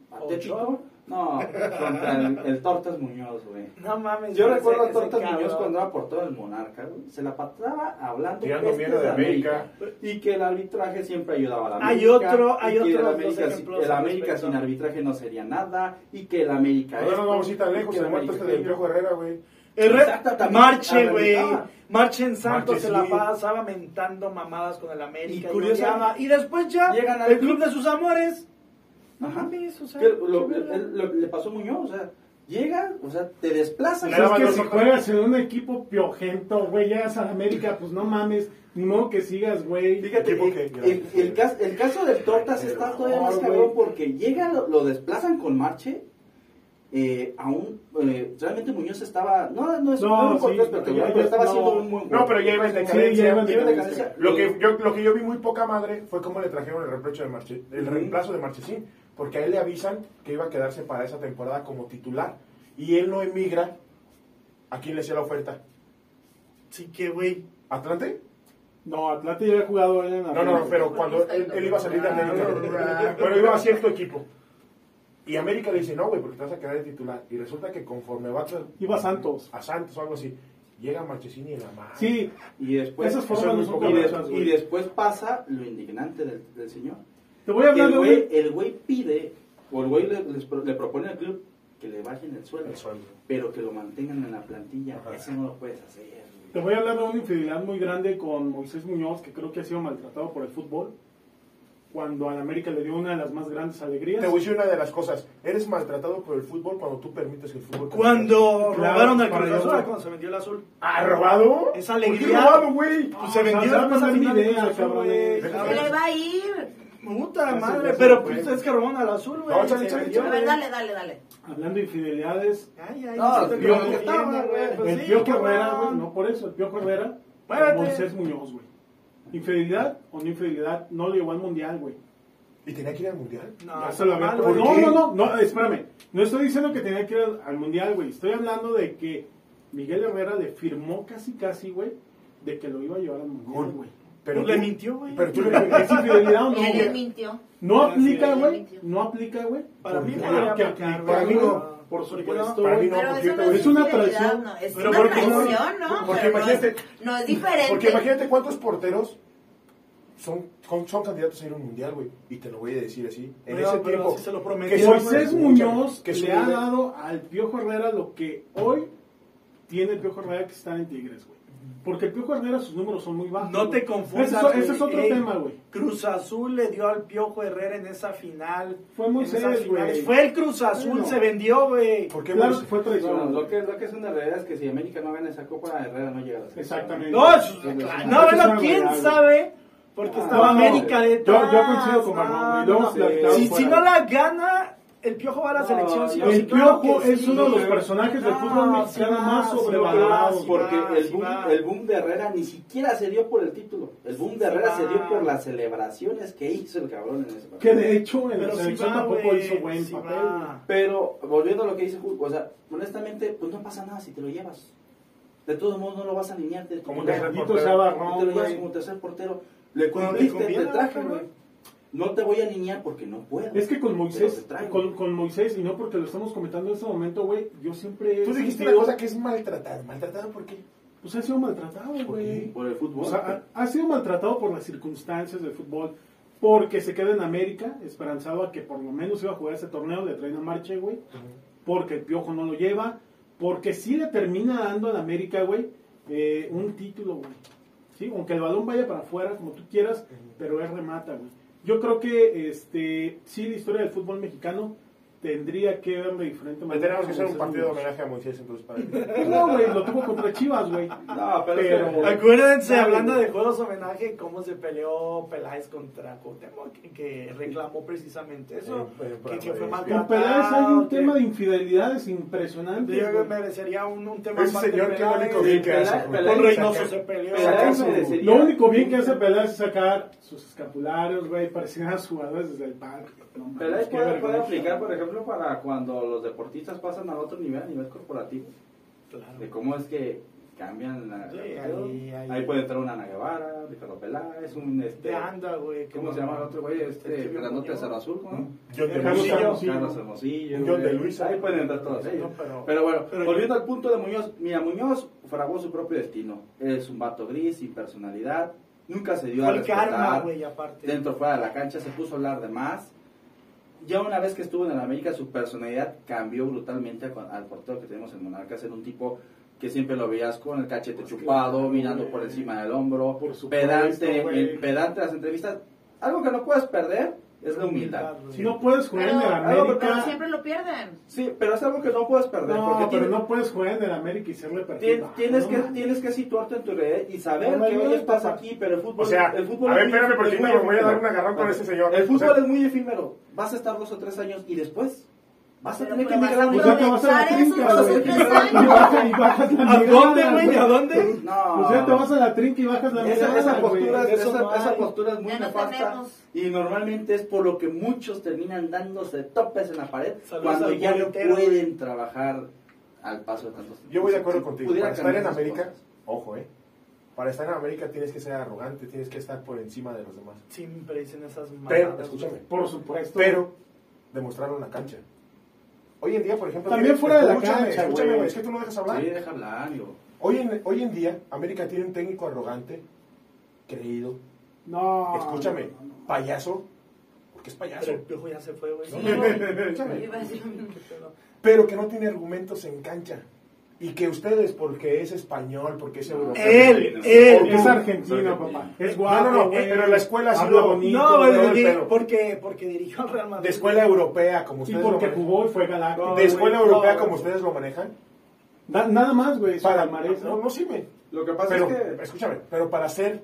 Ochoa. patético. No, contra el, el Tortas Muñoz, güey. No mames. Yo ese- recuerdo a ese Tortas Muñoz cabrón. cuando era portero del Monarca, güey, se la pataba hablando Tirando pestes mierda de América. y que el arbitraje siempre ayudaba a la Hay América. otro- y hay que otros el dos América, sin- ejemplos el al América respecto. sin arbitraje no sería nada y que el América Ahora no esto, vamos a ir tan y lejos. que el Se muerto este América del Piojo Herrera, güey. El re- Exacto, también Marche, la güey. lamentaba. Marche en Santos Marche, se la sí. pasaba mentando mamadas con el América. Y, Y curiosa- odiaba. y después ya, Llegan al el club. club de sus amores. No Ajá. mames, o sea, Que lo- qué el- verga. el- lo- le pasó a Muñoz, o sea, llega, o sea, te desplaza. Le Pues daban es que los si ojos. juegas en un equipo piojento, güey, llegas a América, pues no mames, ni modo que sigas, güey. Fíjate, Equipo el, que- el- el cas- el caso del Tortas está todavía más güey. cabrón porque llega, lo, lo desplazan con Marche. Eh, aún eh, realmente Muñoz estaba no no es No, no, sí, Cortés, pero ya- pero estaba no. haciendo un buen juego. No, pero ya iba en Sí, ya decadencia. iba en Lleva en decadencia. decadencia. Lo que, yo, lo que yo vi muy poca madre fue cómo le trajeron el reprocho de Marche- el Ujú. reemplazo de Marchesín, porque a él le avisan que iba a quedarse para esa temporada como titular y él no emigra. ¿A quién le hacía la oferta? Sí que, güey. ¿Atlante? No, Atlante ya había jugado en la No, no, no, pero cuando él, él iba a salir de América, bueno, iba a cierto equipo. Y América le dice, no, güey, porque te vas a quedar de titular. Y resulta que conforme va a, Iba a Santos. a Santos o algo así, llega Marchesín y la madre. Sí, Y después, Esas formas eso no es son muy correctas, poco. y, des- güey. y después pasa lo indignante del, del señor. te voy a Que hablar El de güey, un... el güey pide, o el güey le, les pro- le propone al club que le bajen el sueldo, El sueldo. pero que lo mantengan en la plantilla. Ajá. Eso no lo puedes hacer. Te voy a hablar de una infidelidad muy grande con Moisés Muñoz, que creo que ha sido maltratado por el fútbol. cuando al América le dio una de las más grandes alegrías. Te voy a decir una de las cosas. Eres maltratado por el fútbol cuando tú permites que el fútbol. Cuando Claro, robaron al para Cruz Azul, allá. cuando se vendió el azul. Ah, ¿Ha robado? Esa ¿Por qué alegría. robado, güey? Pues se vendió Ah, después no, al no, final no, del no, azul, no, güey. no, ¿Qué le va a ir? Puta Eso, madre, eso, pero güey. pues es que robaron al azul, güey. No, chale, Se chale, vendió, A chale. ver, güey. dale, dale, dale. Hablando de infidelidades, Ay, ay, No, no sé el qué Piojo me estaba, estaba, güey. Pues el sí, Piojo cabrón. Herrera, güey, no por eso, el Piojo Herrera, Muévete. Moisés Muñoz, güey. Infidelidad o no infidelidad, no le llevó al mundial, güey. ¿Y tenía que ir al mundial? Ah, No, Ya se lo había- mal, no, güey. ¿Por qué? no, no, no, espérame. No estoy diciendo que tenía que ir al, al mundial, güey. Estoy hablando de que Miguel Herrera le firmó casi, casi, güey, de que lo iba a llevar al mundial, Gol. güey. Pues le mintió, güey. Pero tú le ¿Es infidelidad o no? Y güey? ayer mintió. No Ah, sí, aplica, sí, güey. sí. No aplica, güey. Para mí Porque- podría ah, que aplicar, aplica, güey. Para mí no. Por supuesto, Para mí güey. no, porque Pero eso no te- es, es una infidelidad, traición. No, es Pero una porque no- traición, ¿no? porque Pero no es- imagínate- No es diferente. Porque imagínate cuántos porteros son, con- son candidatos a ir a un mundial, güey. Y te lo voy a decir así. En No, ese pero tiempo. sí se lo que prometió, soy- Moisés Muñoz que le soy- ha dado al Piojo Herrera lo que hoy tiene el Piojo Herrera que está en Tigres, güey. Porque el Piojo Herrera sus números son muy bajos. No güey. te confundas. eh, Ese, es- ese güey. es otro Ey, tema, güey. Cruz Azul le dio al Piojo Herrera en esa final. Fue En Moisés, esas finales. güey. Fue el Cruz Azul, Bueno. se vendió, güey. ¿Por qué Claro Moisés? que fue No, traición. Pues, lo, que, lo que es una realidad es que si América no gana esa copa, Herrera no llega a la selección. Exactamente. No, es- Sí, sí, no, sí, sí, bueno, sí, quién sí, sí. sabe. Porque Ah, estaba no, América yo- detrás. yo coincido con Marmón, güey. Luego no, platicamos si, fuera. si no la gana, el Piojo va a la No, selección. sí yo- o sí, El claro Piojo que es sí. uno de los personajes del No, fútbol mexicano sí, más sí, sobrevalorados, sí, güey. Porque va, el, sí, boom, va. el boom de Herrera ni siquiera se dio por el título. El boom de sí Herrera se va. dio por las celebraciones que hizo el cabrón en ese partido. Que de hecho en la Pero sí selección va, tampoco güey, hizo buen sí papel. va. güey. Pero volviendo a lo que dice Hulk, o sea, honestamente, pues no pasa nada si te lo llevas. De todos modos, no lo vas a alinear. te- Como no, que- no Maldito sea te Barrón, lo llevas güey. como tercer portero. Le Cuando te cumpliste, te conviene, traje, güey. güey. No te voy a alinear porque no puedo. Es que con Moisés, Pero te traigo. con, con Moisés, y no porque lo estamos comentando en este momento, güey, yo siempre... he Tú dijiste sentido- una cosa que es maltratado. ¿Maltratado por qué? Pues ha sido maltratado, güey. Por el fútbol. O sea, ha, ha sido maltratado por las circunstancias del fútbol, porque se queda en América, esperanzado a que por lo menos iba a jugar ese torneo, le traen a Marche, güey, porque el Piojo no lo lleva, porque sí le termina dando al América, güey, eh, un título, güey. Sí, aunque el balón vaya para afuera, como tú quieras, pero él remata, güey. Yo creo que, este, sí, la historia del fútbol mexicano tendría que ver de diferente manera. Tenemos que hacer un Moisés partido de Muñoz. homenaje a Moisés entonces para él. No, güey, lo tuvo contra Chivas, güey. No, pero, Pero- es que- Acuérdense, hablando de juegos homenaje, cómo se peleó Peláez contra Cuauhtémoc, que- que reclamó precisamente eso, Sí, pero- que, que fue pero- Con maltratado. Peláez hay un que- tema de infidelidades impresionante. Yo creo que merecería un, un tema Ese aparte señor que Peláez. lo único bien que hace. güey. Pelé- Con Reynoso Sacar- se peleó. Pelé- sacar su- Pelé- Lo único bien que hace Peláez es sacar sus escapularios, güey, parecían a jugadores desde el parque. No mames, Pero es qué puede, puede vergüenza. aplicar, por ejemplo, para cuando los deportistas pasan a otro nivel, a nivel corporativo, Claro. de cómo es que cambian la... Sí, ahí- ahí- puede entrar una Ana Guevara, Ricardo Peláez, un... Este, De anda, güey. que ¿Cómo no- se llama el otro güey? Este, Silvio Fernando Muñoz. Pizarro Azul, ¿no? Yo te lo Carlos Hermosillo. Carlos Hermosillo. John de eh, Luis. Ahí pueden entrar todos ellos. No, pero- Pero bueno, pero- volviendo al punto de Muñoz. Mira, Muñoz fragó su propio destino. Es un vato gris, sin personalidad. Nunca se dio a Fue el respetar. karma, güey, aparte. dentro fuera de la cancha se puso a hablar de más. Ya una vez que estuvo en el América, su personalidad cambió brutalmente a cu- al portero que tenemos en Monarcas. Era un tipo que siempre lo veías con el cachete Pues chupado, mirando por encima del hombro, eh, Por supuesto, pedante, güey. en- pedante a las entrevistas. Algo que no puedes perder es la humildad. güey. Si no puedes jugar en el algo Pero, pero América, siempre lo pierden. Sí, pero es algo que no puedes perder. no, porque pero tiene- no puedes jugar en el América y serle tien- perfecto. tienes, No que, mames. tienes que situarte en tu red y saber No, que no, hoy no, estás no. aquí, pero el O fútbol. sea, el fútbol a ver, es muy- espérame, porque es muy ahorita me voy a dar efímero. un agarrón con ese señor. El fútbol O sea, es muy efímero. Vas a estar dos o tres años y después vas a Pero tener que pues vas a migrar. de- Pues ya te vas a la Usar esos trinca, dos o güey. tres Y años. bajas, y bajas la ¿A dónde, mirada, güey? ¿A dónde? No. Pues ya te vas a la trinca y bajas la esa, mirada, esa postura, güey. es- eso esa- no esa hay. postura es muy Ya no nefasta tenemos. y normalmente es por lo que muchos terminan dándose topes en la pared Saludos cuando al ya Poli no Otero. pueden trabajar al paso de tantos Yo voy de acuerdo Si contigo. pudiera Para estar en cambiar esas América, cosas. ojo, eh. Para estar en América tienes que ser arrogante, tienes que estar por encima de los demás. Siempre dicen esas Pero, mamadas. escúchame, Por supuesto. pero demostraron la cancha. Hoy en día, por ejemplo. También tienes- fuera de la escúchame, cancha, Escúchame, güey. güey, es que tú no dejas hablar. Sí, deja hablar, amigo. Hoy, en, hoy en día, América tiene un técnico arrogante, creído, Ah, No. escúchame, payaso, porque es Pero payaso. el piojo ya se fue, güey. Sí, güey. Escúchame. Iba a decir lo mismo. pero que no tiene argumentos en cancha. Y que ustedes, porque es español, porque es europeo. Él, Porque él. Es argentino, papá. Es guapo. No, no, no, güey. pero la escuela sí Habla lo- bonito. No, güey, güey. el porque, pelo. porque, porque dirigió al Real Madrid. De escuela europea, como Y ustedes porque lo manejan. jugó y fue galáctico. De escuela No, europea, güey. como ustedes lo manejan. Na- Nada más, güey. su Para, palmarés, no, no sirve. Lo que pasa Pero, es que. escúchame, pero para hacer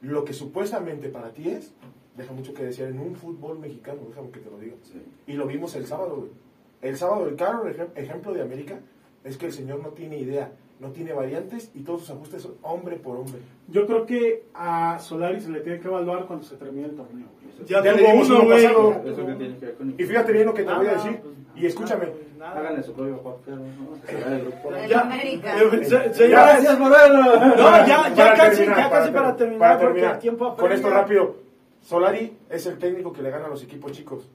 lo que supuestamente para ti es, deja mucho que desear en un fútbol mexicano, déjame que te lo diga. Sí. Y lo vimos el sábado, güey. El sábado, el claro ejem- ejemplo de América es que el señor no tiene idea, no tiene variantes y todos sus ajustes son hombre por hombre. Yo creo que a Solari se le tiene que evaluar cuando se termine el torneo, güey. Eso- Ya Ya tuvo le dimos uno, uno güey. pasado. Eso que tiene que ver con. Y fíjate bien lo Ah, que te voy a Nada, decir. pues, y escúchame, pues, nada. Háganle su propio papel, ¿no? Se va del grupo. Ya. Ya, América. eh, se- señores, Gracias, Moreno. No, ya, ya Para casi, terminar, ya casi para terminar, porque el tiempo Con esto apremia. rápido, Solari es el técnico que le gana a los equipos chicos.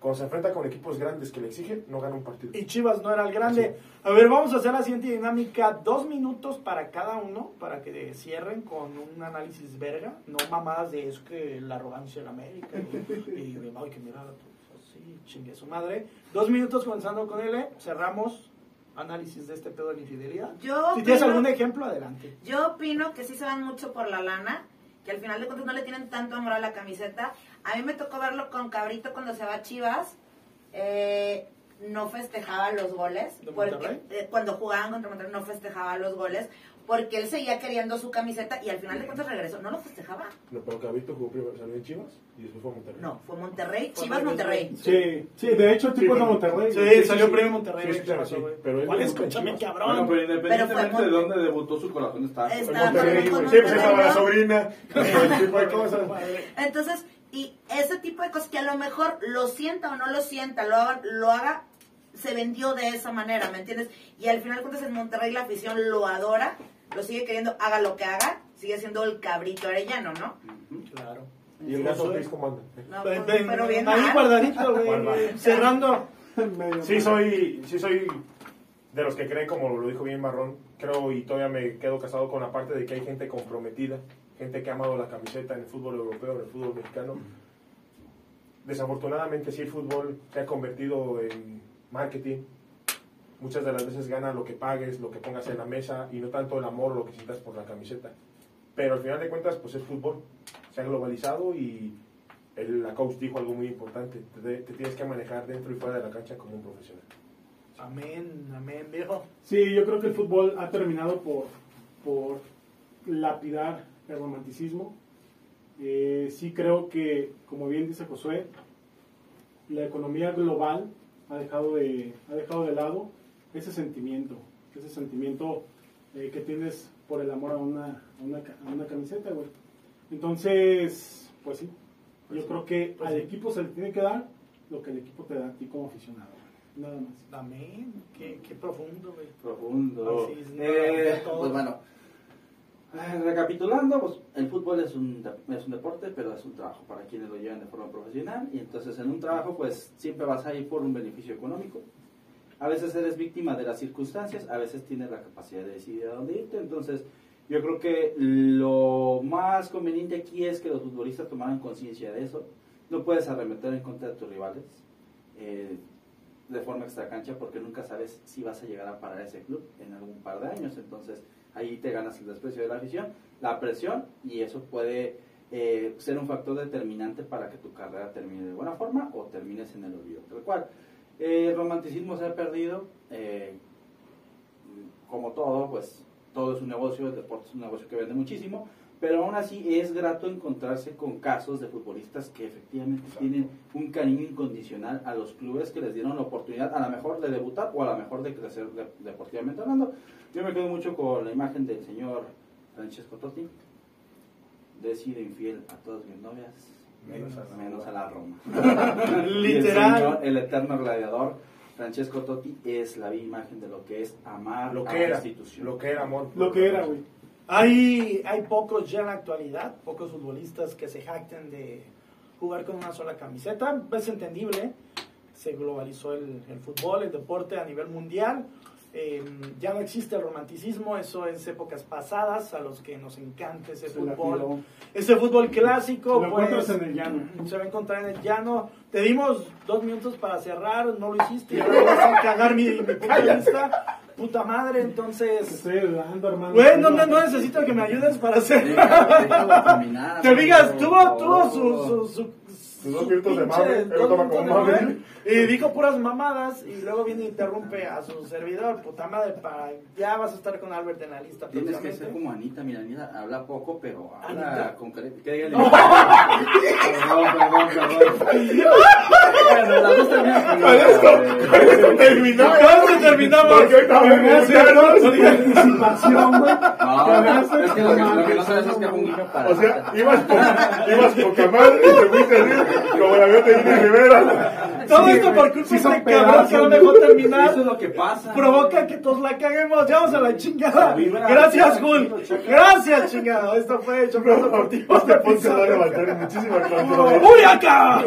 Cuando se enfrenta con equipos grandes que le exigen, no gana un partido. Y Chivas no era el grande. A ver, vamos a hacer la siguiente dinámica. Dos minutos para cada uno, para que cierren con un análisis verga. No mamadas de eso que la arrogancia de la América. Y, y de, "Ay, que mira, pues, así, chingue su madre. Dos minutos comenzando con L. Cerramos análisis de este pedo de la infidelidad. Yo si tienes opino- algún ejemplo, adelante. Yo opino que sí se van mucho por la lana, que al final de cuentas no le tienen tanto amor a la camiseta. A mí me tocó verlo con Cabrito cuando se va a Chivas. eh, no festejaba los goles. ¿De Porque, Monterrey? eh, cuando jugaban contra Monterrey no festejaba los goles. Porque él seguía queriendo su camiseta y al final de cuentas regresó. No lo festejaba. Lo peor que ha visto jugó primero salió en Chivas y después fue a Monterrey. No, fue Monterrey, Fue Chivas Monterrey. Sí, sí, de hecho el tipo es de bueno. Monterrey. Sí, güey. salió premio Monterrey. Sí, güey, escúchame, pasó, sí, güey. pero él ¿Cuál no escúchame, Chivas. cabrón? pero Pero independientemente fue de Monterrey. dónde debutó, su corazón está. Es- Fue Está Monterrey, güey. con- con Sí, pues estaba la Monterrey, sobrina. ese tipo de cosas. Madre. Entonces, y ese tipo de cosas que a lo mejor lo sienta o no lo sienta, lo haga, lo haga se vendió de esa manera, ¿me entiendes? Y al final de cuentas en Monterrey la afición lo adora, lo sigue queriendo, haga lo que haga, sigue siendo el cabrito arellano, ¿no? Claro. Y el gato gris cómo anda. No, Ven, pues, ven, pero bien ahí mal. guardadito, güey. Guardado. Cerrando. Medio Sí mal. soy, sí soy de los que cree, como lo dijo bien Marrón, creo y todavía me quedo casado con la parte de que hay gente comprometida, gente que ha amado la camiseta en el fútbol europeo, en el fútbol mexicano. Desafortunadamente sí el fútbol se ha convertido en marketing. Muchas de las veces gana lo que pagues, lo que pongas en la mesa y no tanto el amor, lo que sientas por la camiseta. Pero al final de cuentas, pues es fútbol. Se ha globalizado y el, la coach dijo algo muy importante. Te, te tienes que manejar dentro y fuera de la cancha como un profesional. Amén, amén, viejo. Sí, yo creo que el fútbol ha terminado por, por lapidar el romanticismo. Eh, sí creo que, como bien dice Josué, la economía global ha dejado de, ha dejado de lado ese sentimiento, ese sentimiento eh, que tienes por el amor a una, a una, ca- a una camiseta, güey. Entonces, pues sí, pues yo creo que al equipo se le tiene que dar lo que el equipo te da a ti como aficionado, güey. nada más. Amén. Qué, qué profundo, güey. Profundo. Así es, Eh, no, no, no. pues bueno, eh, recapitulando, pues el fútbol es un, de- es un deporte, pero es un trabajo para quienes lo llevan de forma profesional. Y entonces en un trabajo, pues siempre vas a ir por un beneficio económico. A veces eres víctima de las circunstancias, a veces tienes la capacidad de decidir a dónde irte. Entonces, yo creo que lo más conveniente aquí es que los futbolistas tomaran conciencia de eso. No puedes arremeter en contra de tus rivales. eh, de forma extracancha porque nunca sabes si vas a llegar a parar ese club en algún par de años. Entonces ahí te ganas el desprecio de la afición, la presión y eso puede eh, ser un factor determinante para que tu carrera termine de buena forma o termines en el olvido. Tal cual. Eh, el romanticismo se ha perdido, eh, como todo, pues todo es un negocio, el deporte es un negocio que vende muchísimo, pero aún así es grato encontrarse con casos de futbolistas que efectivamente tienen un cariño incondicional a los clubes que les dieron la oportunidad a lo mejor de debutar o a lo mejor de crecer de- deportivamente hablando. Yo me quedo mucho con la imagen del señor Francesco Totti, de sido infiel a todas mis novias, Menos a la- menos a la Roma. Y el señor, Literal. el, eterno gladiador, Francesco Totti, es la viva imagen de lo que es amar Lo a que la era, institución. lo que era amor. Lo que era, güey. Hay, hay pocos ya en la actualidad, pocos futbolistas que se jacten de jugar con una sola camiseta. Es entendible. Se globalizó el, el fútbol, el deporte a nivel mundial. Eh, ya no existe el romanticismo, eso es épocas pasadas, a los que nos encanta ese Se la fútbol. tiró. Ese fútbol clásico, Lo pues, encuentras en el llano. se va a encontrar en el llano. Te dimos dos minutos para cerrar, no lo hiciste, y ahora vas a cagar mi, mi punto de vista. puta madre, entonces... Estoy hablando, hermano. Güey, no, no, no necesito que me ayudes para hacer... Te digas, tuvo, tuvo su, su, su, Sus dos su minutos de pinche mame, pero dos toma como minutos de mame. mame, Y dijo puras mamadas y luego viene y interrumpe a su servidor, puta madre, para... Ya vas a estar con Albert en la lista Tienes que ser próximamente. como Anita, mira, Anita habla poco, pero ¿Anita? habla con concreto. Que diga Perdón, perdón, perdón. Bueno, las dos terminan con Con esto Entonces terminamos. terminamos. Porque ahorita me voy a hacer, ¿no? Participación, güey. No, es que lo que, lo que no sabes es que es un niño para. O sea, ibas poca, ibas poca madre y te fuiste así, como la veo de Rivera. Todo Sí, esto güey. por culpa Sí de son este cabrón que no pedazos. dejó terminar. Eso es lo que pasa. provoca que todos la caguemos. Ya vamos a la chingada. Vibra. Gracias, Jul. Gracias, chingado. Esto fue Chocando Deportivo. Este podcast va a levantar muchísima clase. ¡Uy, acá!